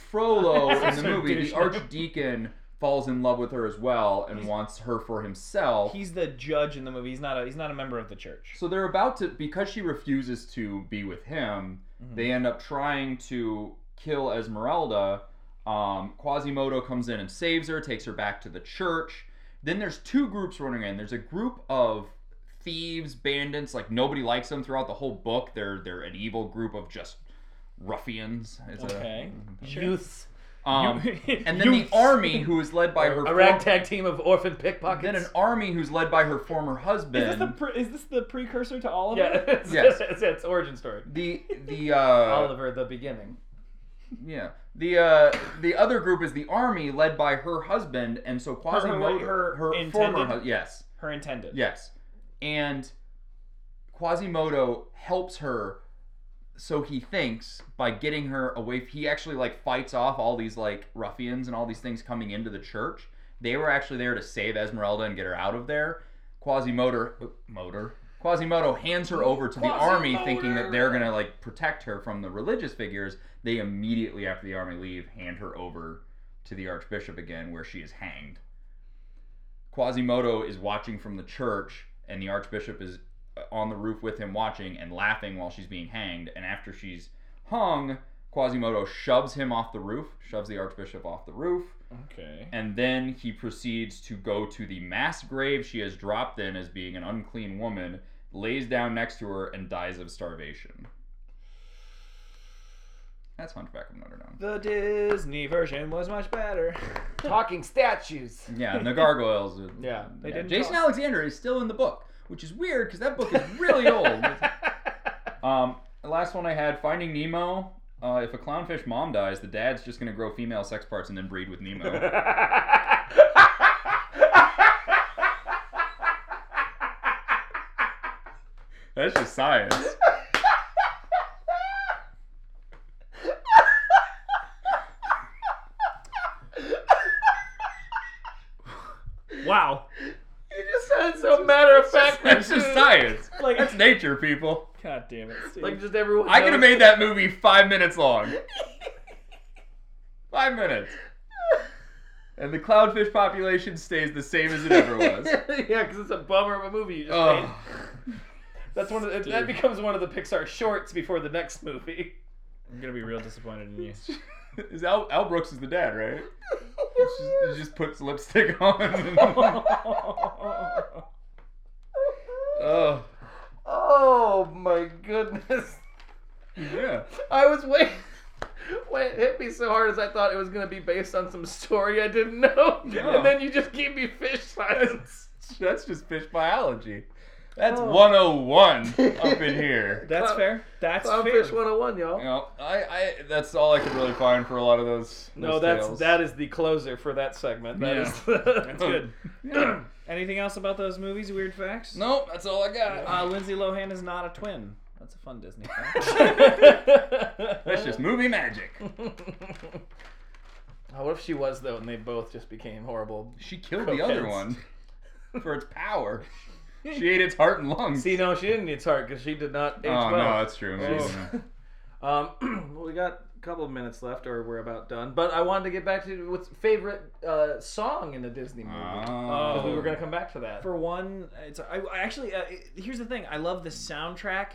Frollo in the
So
movie,
douche.
the archdeacon falls in love with her as well and wants her for himself.
He's the judge in the movie. He's not a he's not a member of the church.
So they're about to because she refuses to be with him,
Mm-hmm.
they end up trying to kill Esmeralda. Um, Quasimodo comes in and saves her, takes her back to the church. Then there's two groups running in. There's a group of thieves, bandits, like nobody likes them throughout the whole book. They're they're an evil group of just ruffians. Is a-
Okay.
Youths.
um, and then the army who is led by her
A
form-
ragtag team of orphan pickpockets.
then an army who's led by her former husband.
Is this, the pre- is this the precursor to Oliver?
yeah, it's,
Yes.
it's, it's origin story.
the the uh,
Oliver, the beginning.
Yeah. The uh, the other group is the army led by her husband, and so Quasimodo,
her- intended-
former hus- yes,
Her intended.
yes, and Quasimodo helps her. So he thinks by getting her away, he actually like fights off all these like ruffians and all these things coming into the church. They were actually there to save Esmeralda and get her out of there. Quasimodo, motor. Quasimodo hands her over to the army, thinking that they're gonna like protect her from the religious figures. They immediately after the army leave, hand her over to the archbishop again, where she is hanged. Quasimodo is watching from the church, and the archbishop is uh, on the roof with him watching and laughing while she's being hanged. And after she's hung, Quasimodo shoves him off the roof, shoves the archbishop off the roof,
Okay.
and then he proceeds to go to the mass grave she has dropped in as being an unclean woman, lays down next to her, and dies of starvation. That's Hunchback of Notre Dame.
The Disney version was much better.
Talking statues.
Yeah, and the gargoyles. uh,
Yeah,
they didn't
Jason
talk.
Alexander is still in the book, which is weird because that book is really old. Um, the last one I had Finding Nemo. Uh, if a clownfish mom dies, the dad's just gonna grow female sex parts and then breed with Nemo. That's just science.
Wow.
You just sound so matter of fact.
That's just science.
Like,
That's nature, people.
God damn it, Steve.
Like just everyone.
I could have
knows-
made that movie five minutes long. five minutes. And the clownfish population stays the same as it ever was.
yeah, because it's a bummer of a movie. You just made.
Oh,
That's one of the, that becomes one of the Pixar shorts before the next movie.
I'm gonna be real disappointed in you.
is Al, Al Brooks is the dad, right? He just, he just puts lipstick on. oh,
Oh my goodness!
yeah.
I was waiting. When it hit me so hard as I thought it was gonna be based on some story I didn't know, and then you just gave me fish science.
That's just fish biology. That's
Oh.
101 up in here.
That's fair. That's
Clownfish
fair.
101, y'all.
You know, I, I, that's all I could really find for a lot of those.
No,
those
that's
tales.
that is the closer for that segment. That
Yeah.
is
That's good. Anything else about those movies? Weird facts?
Nope, that's all I got.
Uh, Lindsay Lohan is not a twin. That's a fun Disney fact.
That's just movie magic.
Oh, what if she was though, and they both just became horrible?
She killed the other
Cokeheads.
one for its power. She ate its heart and lungs.
See, no, she didn't need Tart because she did not age
oh no,
well.
that's true.
Um, well, we got a couple of minutes left, or we're about done. But I wanted to get back to what's favorite uh, song in a Disney
Oh,
movie.
Uh,
Oh. 'Cause we were gonna come back to that.
For one, it's I, I actually uh, it- here's the thing. I love the soundtrack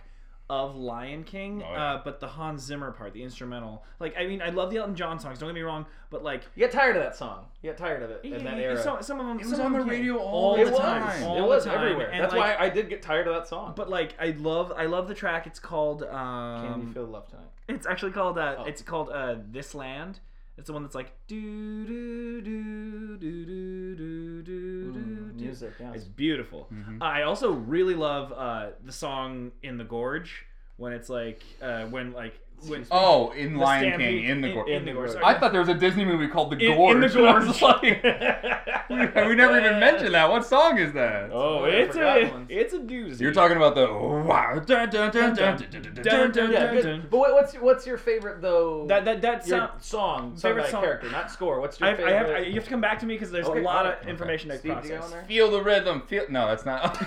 of Lion King,
Oh, yeah.
uh, but the Hans Zimmer part, the instrumental. Like, I mean, I love the Elton John songs. Don't get me wrong, but like
You get tired of that song. You get tired of it in that era.
Some, some of them. It
was on the radio all
it
the
was.
time.
It was everywhere. That's why I did get tired of that song.
But like, I love, I love the track. It's called. Um,
Can you feel the love tonight?
It's actually called
Oh.
uh, it's called uh, This Land. It's the one that's like do do do do do do
Mm,
do do do.
Mm, Music, yeah.
It's beautiful.
Mm-hmm.
I also really love uh, the song in the gorge when it's like uh, when like when
Oh, in
the
Lion
stampede-
King, in the gorge.
in, the gorge.
I thought there was a Disney movie called The
in,
Gorge.
in the
and I was
gorge.
like, we never even mentioned that. What song is that?
oh,
I
it's
forgot
a
ones.
it's a doozy.
You're talking about the wow. dun, dun, dun, dun, dun, dun, dun, dun, dun.
Yeah, good. But what- what's what's your favorite though?
that that that
your
sound.
song,
favorite
favorite
song.
character, not score. What's your
I, have- I
favorite?
have I, you have to come back to me because there's
Okay,
a lot
alright,
of information to
Steve, do you
process.
go on there?
Feel the rhythm. Feel. No, that's not.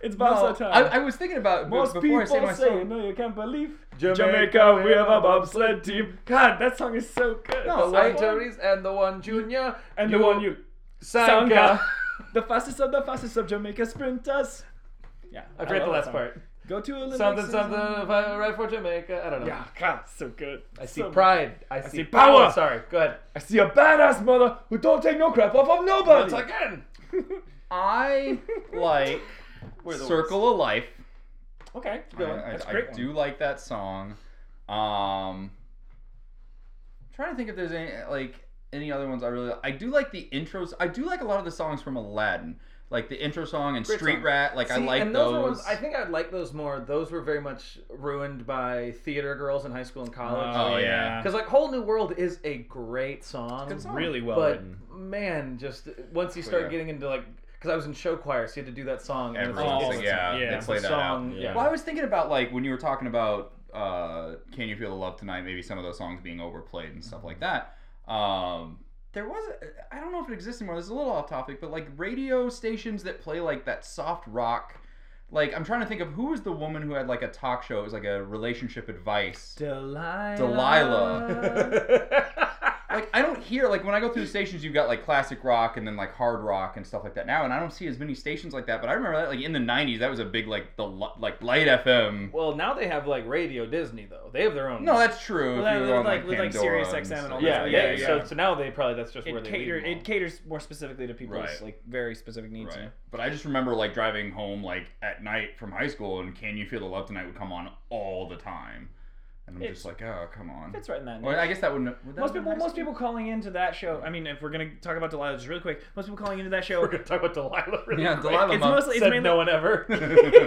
It's
No,
bobsled
I,
time.
I was thinking about but before I say my song.
no, you can't believe
Jamaica,
Jamaica. We have a bobsled team. God, that song is so good.
No,
One
I-
Tories and the one junior
and the one you
Sanka.
Sanka, the fastest of the fastest of Jamaica sprinters. Yeah,
I forget the
love that
last
song.
part.
Go to Olympics
Something,
season.
something, if I ride for Jamaica. I don't know.
Yeah, God, so good.
I see
so,
pride. I, see,
see
power.
power.
Sorry, go ahead.
I see a badass mother who don't take no crap off of nobody.
Once again,
I like
the
Circle of Life.
okay,
I,
good one.
I-
That's a
I
great. one.
do like that song. Um, I'm trying to think if there's any like any other ones I really. I do like the intros. I do like a lot of the songs from Aladdin, like the intro song and Street
song.
Rat. Like I
See,
like
and
those.
those. were ones, I think I'd like those more. Those were very much ruined by theater girls in high school and college.
Oh, yeah.
Because like Whole New World is a great song,
Good song.
really well
but
written.
man, just once you start
yeah.
getting into like, because I was in show choir, so you had to do that song. and it's
Every
like,
all
single-
it's-
the
yeah,
time. Yeah.
they
it's
play
the
that out.
song.
Yeah.
Yeah.
Well, I was thinking about like when you were talking about uh, "Can You Feel the Love Tonight," maybe some of those songs being overplayed and stuff like that. Um, there was, a, I don't know if it exists anymore. This is a little off topic, but like radio stations that play like that soft rock. Like I'm trying to think of who was the woman who had like a talk show. It was like a relationship advice.
Delilah.
Delilah. like I don't hear like when I go through the stations, you've got like classic rock and then like hard rock and stuff like that now, and I don't see as many stations like that. But I remember that like in the '90s, that was a big like the li- like light FM.
Well, now they have like Radio Disney though. They have their own.
No, that's true.
Well,
if you
that-
were on,
like, with, like,
Pandora
SiriusXM and
stuff.
all that
yeah,
that's-
yeah,
yeah,
So,
yeah.
so now they probably that's just where
It,
they
cater,
leave them
it caters more specifically to people's
Right.
like very specific needs.
Right. But I just remember like driving home like at night from high school, and "Can You Feel the Love Tonight" would come on all the time, and I'm
It's-
just like, oh, come on.
Fits right in that.
Well, I guess that wouldn't. Would that have
most
been
people,
high
most
school?
people calling into that show. I mean, if we're gonna talk about Delilah just really quick, most people calling into that show.
We're gonna talk about Delilah really
Yeah,
quick.
Delilah
it's
Mom
mostly it's
Said
mainly
no one ever.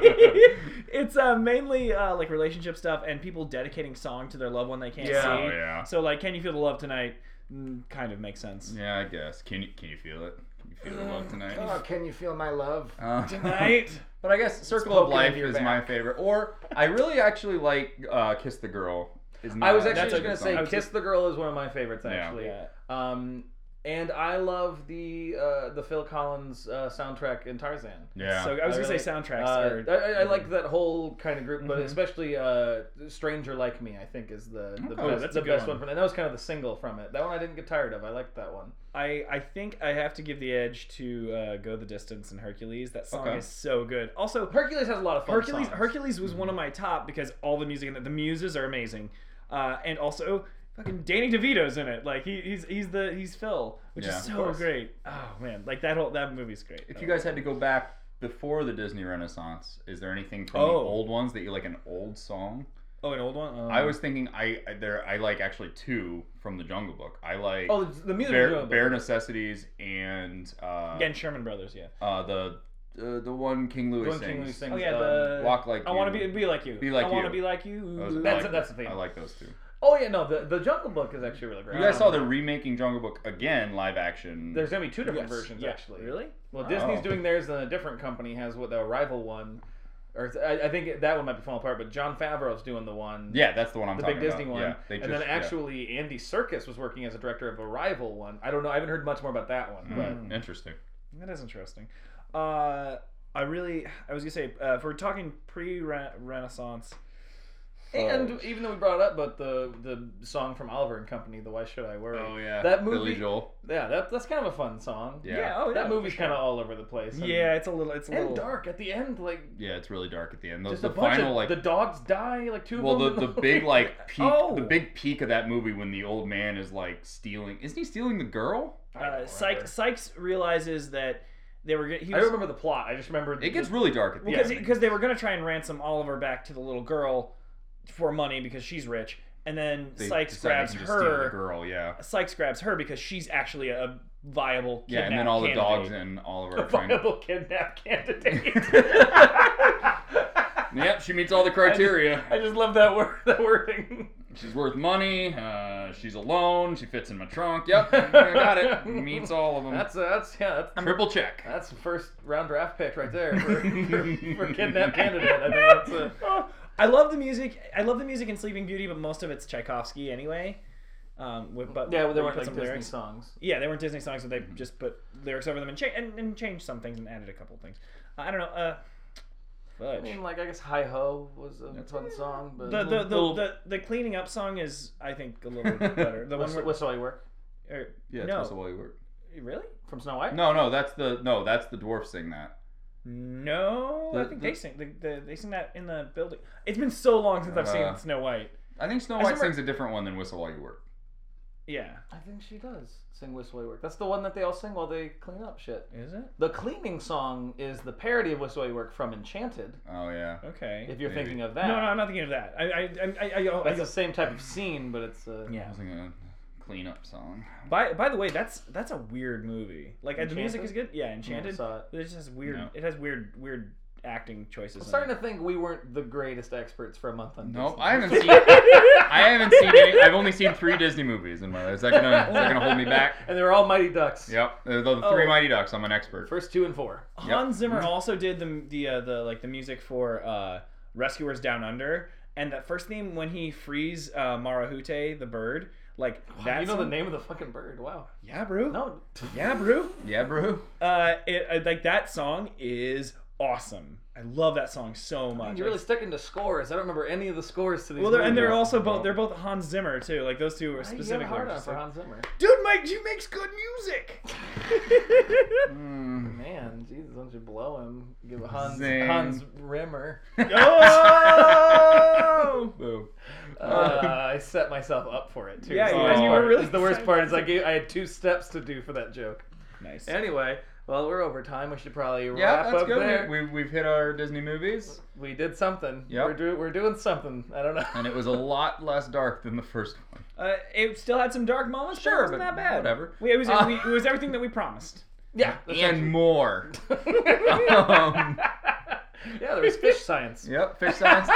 it's uh, mainly uh, like relationship stuff and people dedicating song to their loved one they can't
Yeah.
see.
Oh, yeah.
So like, can you feel the love tonight? Mm, kind of makes sense.
Yeah, I guess. Can you can you feel it? Can you feel the
Uh,
love tonight?
can you feel my love?
Uh,
Right?
But I guess Circle of
poking
Life
into your
is
back.
my favorite. Or I really actually like uh, Kiss the Girl. Is my,
I was
that's
actually
a
just gonna
good song.
say, "Kiss the Girl" is one of my favorites,
Yeah.
actually.
Yeah.
Um, and I love the uh, the Phil Collins uh, soundtrack in Tarzan.
Yeah.
So I was
I
gonna
really-
say soundtracks
Uh,
are.
I, I- I like that whole kind of group, but especially uh, "Stranger Like Me," I think, is the, the
Oh,
best,
that's a
the
good
best
one.
one. from it. And that was kind of the single from it. That one I didn't get tired of. I liked that one.
I, I think I have to give the edge to uh, Go the Distance and Hercules. That song
Okay.
is so good. Also,
Hercules has a lot of fun.
Hercules
songs.
Hercules was
Mm-hmm.
one of my top because all the music in it, the muses are amazing, uh, and also fucking Danny DeVito's in it. Like he, he's he's the he's Phil, which
Yeah,
is
of
so
course.
great. Oh man, like that whole that movie's great.
if you guys had to go back before the Disney Renaissance, is there anything from the
Oh.
old ones that you like an old song?
oh, an old one. Um,
I was thinking I I- there I like actually two from the Jungle Book. I like
Oh, the, the music.
Bare,
video,
Bare Necessities and uh,
again Sherman Brothers. Yeah.
uh, the uh, the one King Louis
Doing
sings.
King Louis sings.
Oh yeah.
um,
The
Walk like
I want
You.
to be be like you.
Be Like
I want
You.
to be like you.
Those- I
That's-
like-
that's the thing.
I like those two.
Oh yeah, no, the the Jungle Book is actually really great.
You guys saw they're remaking Jungle Book again, live action.
There's gonna be two different
Yes.
versions
Yeah.
actually.
Really?
Well, Disney's
Oh.
doing theirs, and a different company has what the rival one, or it's- I, I think it- that one might be falling apart. But John Favreau's doing the one,
Yeah, that's the one I'm
the
talking
big Disney
about.
one,
Yeah, they
and then
just- yeah.
actually Andy Circus was working as a director of a rival one. I don't know. I haven't heard much more about that one, but
Mm, interesting.
That is interesting. Uh, I really I was gonna say uh, if we're talking pre Renaissance.
And even though we brought it up, but the the song from Oliver and Company, the Why Should I Worry?
yeah,
that
Billy
movie-
Joel.
Yeah, that, that's kind of a fun song.
Oh. Yeah.
Yeah. Oh yeah.
that movie's kind of all over the place. and-
Yeah, it's a little. It's a
and
little
dark at the end, like
Yeah, it's really dark at the end. Those
just
the
a bunch
final
of
like
the dogs die, like two
well
of them.
the, the big like peak
Oh.
the big peak of that movie when the old man is like stealing isn't he stealing the girl?
Uh, Syke, Sykes realizes that they were gonna- he
I
was,
don't remember the plot. I just remember
It gets really dark at the
because
end.
because they were gonna try and ransom Oliver back to the little girl for money because she's rich, and then
They
Sykes
decide they
grabs
can just steal the
her.
girl, yeah.
Sykes grabs her because she's actually a viable
Yeah, and then
kidnap
all the
candidate.
dogs and Oliver are trying
viable kidnap candidate.
Yep, she meets all the criteria.
I just love that word, that wording.
She's worth money, uh, she's alone, she fits in my trunk. Yep, I got it. Meets all of them.
That's uh, that's yeah, that's,
Triple check.
that's the first round draft pick right there for, for, for kidnap candidate. I think that's a,
I love the music. I love the music in Sleeping Beauty, but most of it's Tchaikovsky anyway. Um, with, but
yeah, well,
they
there weren't
put
like
some
Disney
lyrics.
songs.
Yeah, they weren't Disney songs, so
Mm-hmm.
they just put lyrics over them and, cha- and, and changed some things and added a couple things. I don't know. Uh,
fudge.
I mean, like I guess "Hi Ho" was a
That's-
fun song, but
The the, the,
Little-
the the cleaning up song is I think a little bit better. The one
whistle,
where,
whistle I work
er,
Yeah, it's
No.
Whistle While You Work.
really?
from Snow White.
No, no, that's the no, that's the dwarf sing that.
No, I
The-
think
the-
they sing the, the, they sing that in the building. It's been so long since I've
Uh,
Uh-huh.
seen Snow White.
I think Snow
I
White
remember-
sings a different one than Whistle While You Work.
Yeah,
I think she does sing "Whistle I Work." That's the one that they all sing while they clean up shit.
is it
The cleaning song is the parody of "Whistle I Work" from Enchanted.
Oh yeah.
okay?
If you're
Maybe.
thinking of
No,
that,
no, I'm not thinking of that. I I I, I, I, I
that's the same type of scene, but it's uh,
yeah.
I was thinking a cleanup song.
By by the way, that's that's a weird movie. Like uh, the music
Enchanted?
is good. Yeah,
I never
Enchanted.
saw it.
But it just has weird.
No.
It has weird weird acting choices.
I'm starting to think we weren't the greatest experts for a month on
Nope,
Disney.
I haven't seen. I haven't seen. Any, I've only seen three Disney movies in my life. Is that gonna is that gonna hold me back?
and they're all Mighty Ducks.
Yep, the, the
Oh.
Three Mighty Ducks. I'm an expert.
First two and four.
Yep.
Hans Zimmer also did the the uh, the like the music for uh, Rescuers Down Under, and that first theme when he frees uh, Marahute the bird, like that's
you know the name of the fucking bird. Wow.
Yeah, bro.
No.
Yeah, bro.
Yeah, bro.
Uh, it, uh, like that song is awesome. I love that song so much.
You're really sticking to scores. I don't remember any of the scores to these.
well, they're, and they're
movies.
also both they're both Hans Zimmer too. Like those two are
Why do you have a
specifically.
hard on
just
for
like,
Hans Zimmer.
Dude, Mike, you makes good music.
Mm.
Man, Jesus, don't you blow him? Give a Hans
Zing.
Hans Rimmer.
oh!
Boom.
Uh, I set myself up for it too.
Yeah,
It's the
you-
worst
and you were
part.
really
It's the worst
excited.
part is I gave, I had two steps to do for that joke.
Nice.
Anyway, well, we're over time. We should probably
Yeah,
wrap
that's
up
good.
there.
We, we, we've hit our Disney movies,
We, did something.
Yep.
We're, do, we're doing something. I don't know.
and it was a lot less dark than the first one.
Uh, it still had some dark moments. but it
Sure,
wasn't
but
that bad.
whatever.
We, it, was,
Uh,
we, it was everything that we promised.
yeah. that's
And more.
actually-
um,
yeah, there was fish science.
Yep, fish science.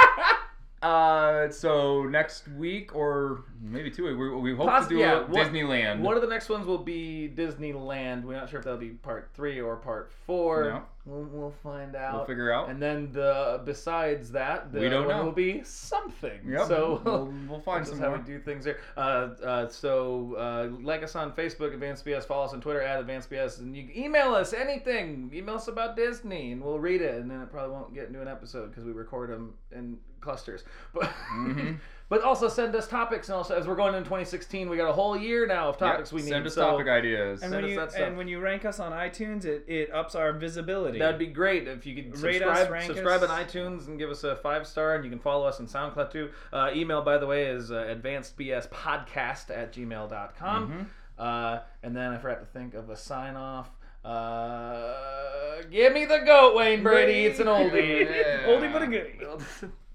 Uh, so next week or maybe two, we, we hope
Poss-
to do
yeah,
a
what-
Disneyland.
One of the next ones will be Disneyland. We're not sure if that'll be part three or part four. We'll, we'll find out.
we'll figure out.
And then the besides that, the
We don't
other one
know.
will be something.
Yep,
So
we'll, we'll find
This
some
is how
more.
we do things there. Uh, uh, so uh, like us on Facebook, Advanced BS. Follow us on Twitter at Advanced BS, and you can email us anything. Email us about Disney, and we'll read it. And then it probably won't get into an episode because we record them in clusters. But
Mm-hmm.
but also send us topics. And also, as we're going into 2016, we got a whole year now of
Yep,
topics we need.
Send us
so
topic ideas.
And
Send
when,
us
you,
that stuff.
and when you rank us on iTunes, it, it ups our visibility.
That'd be great if you could
Rate us,
subscribe,
rank
subscribe
us.
on iTunes and give us a five star, and you can follow us on SoundCloud too. Uh, email, by the way, is uh, advancedbspodcast at gmail.com.
Mm-hmm.
Uh, and then I forgot to think of a sign off. Uh, give me the goat, Wayne Brady. It's an oldie.
Yeah.
Oldie but a goodie.
Well,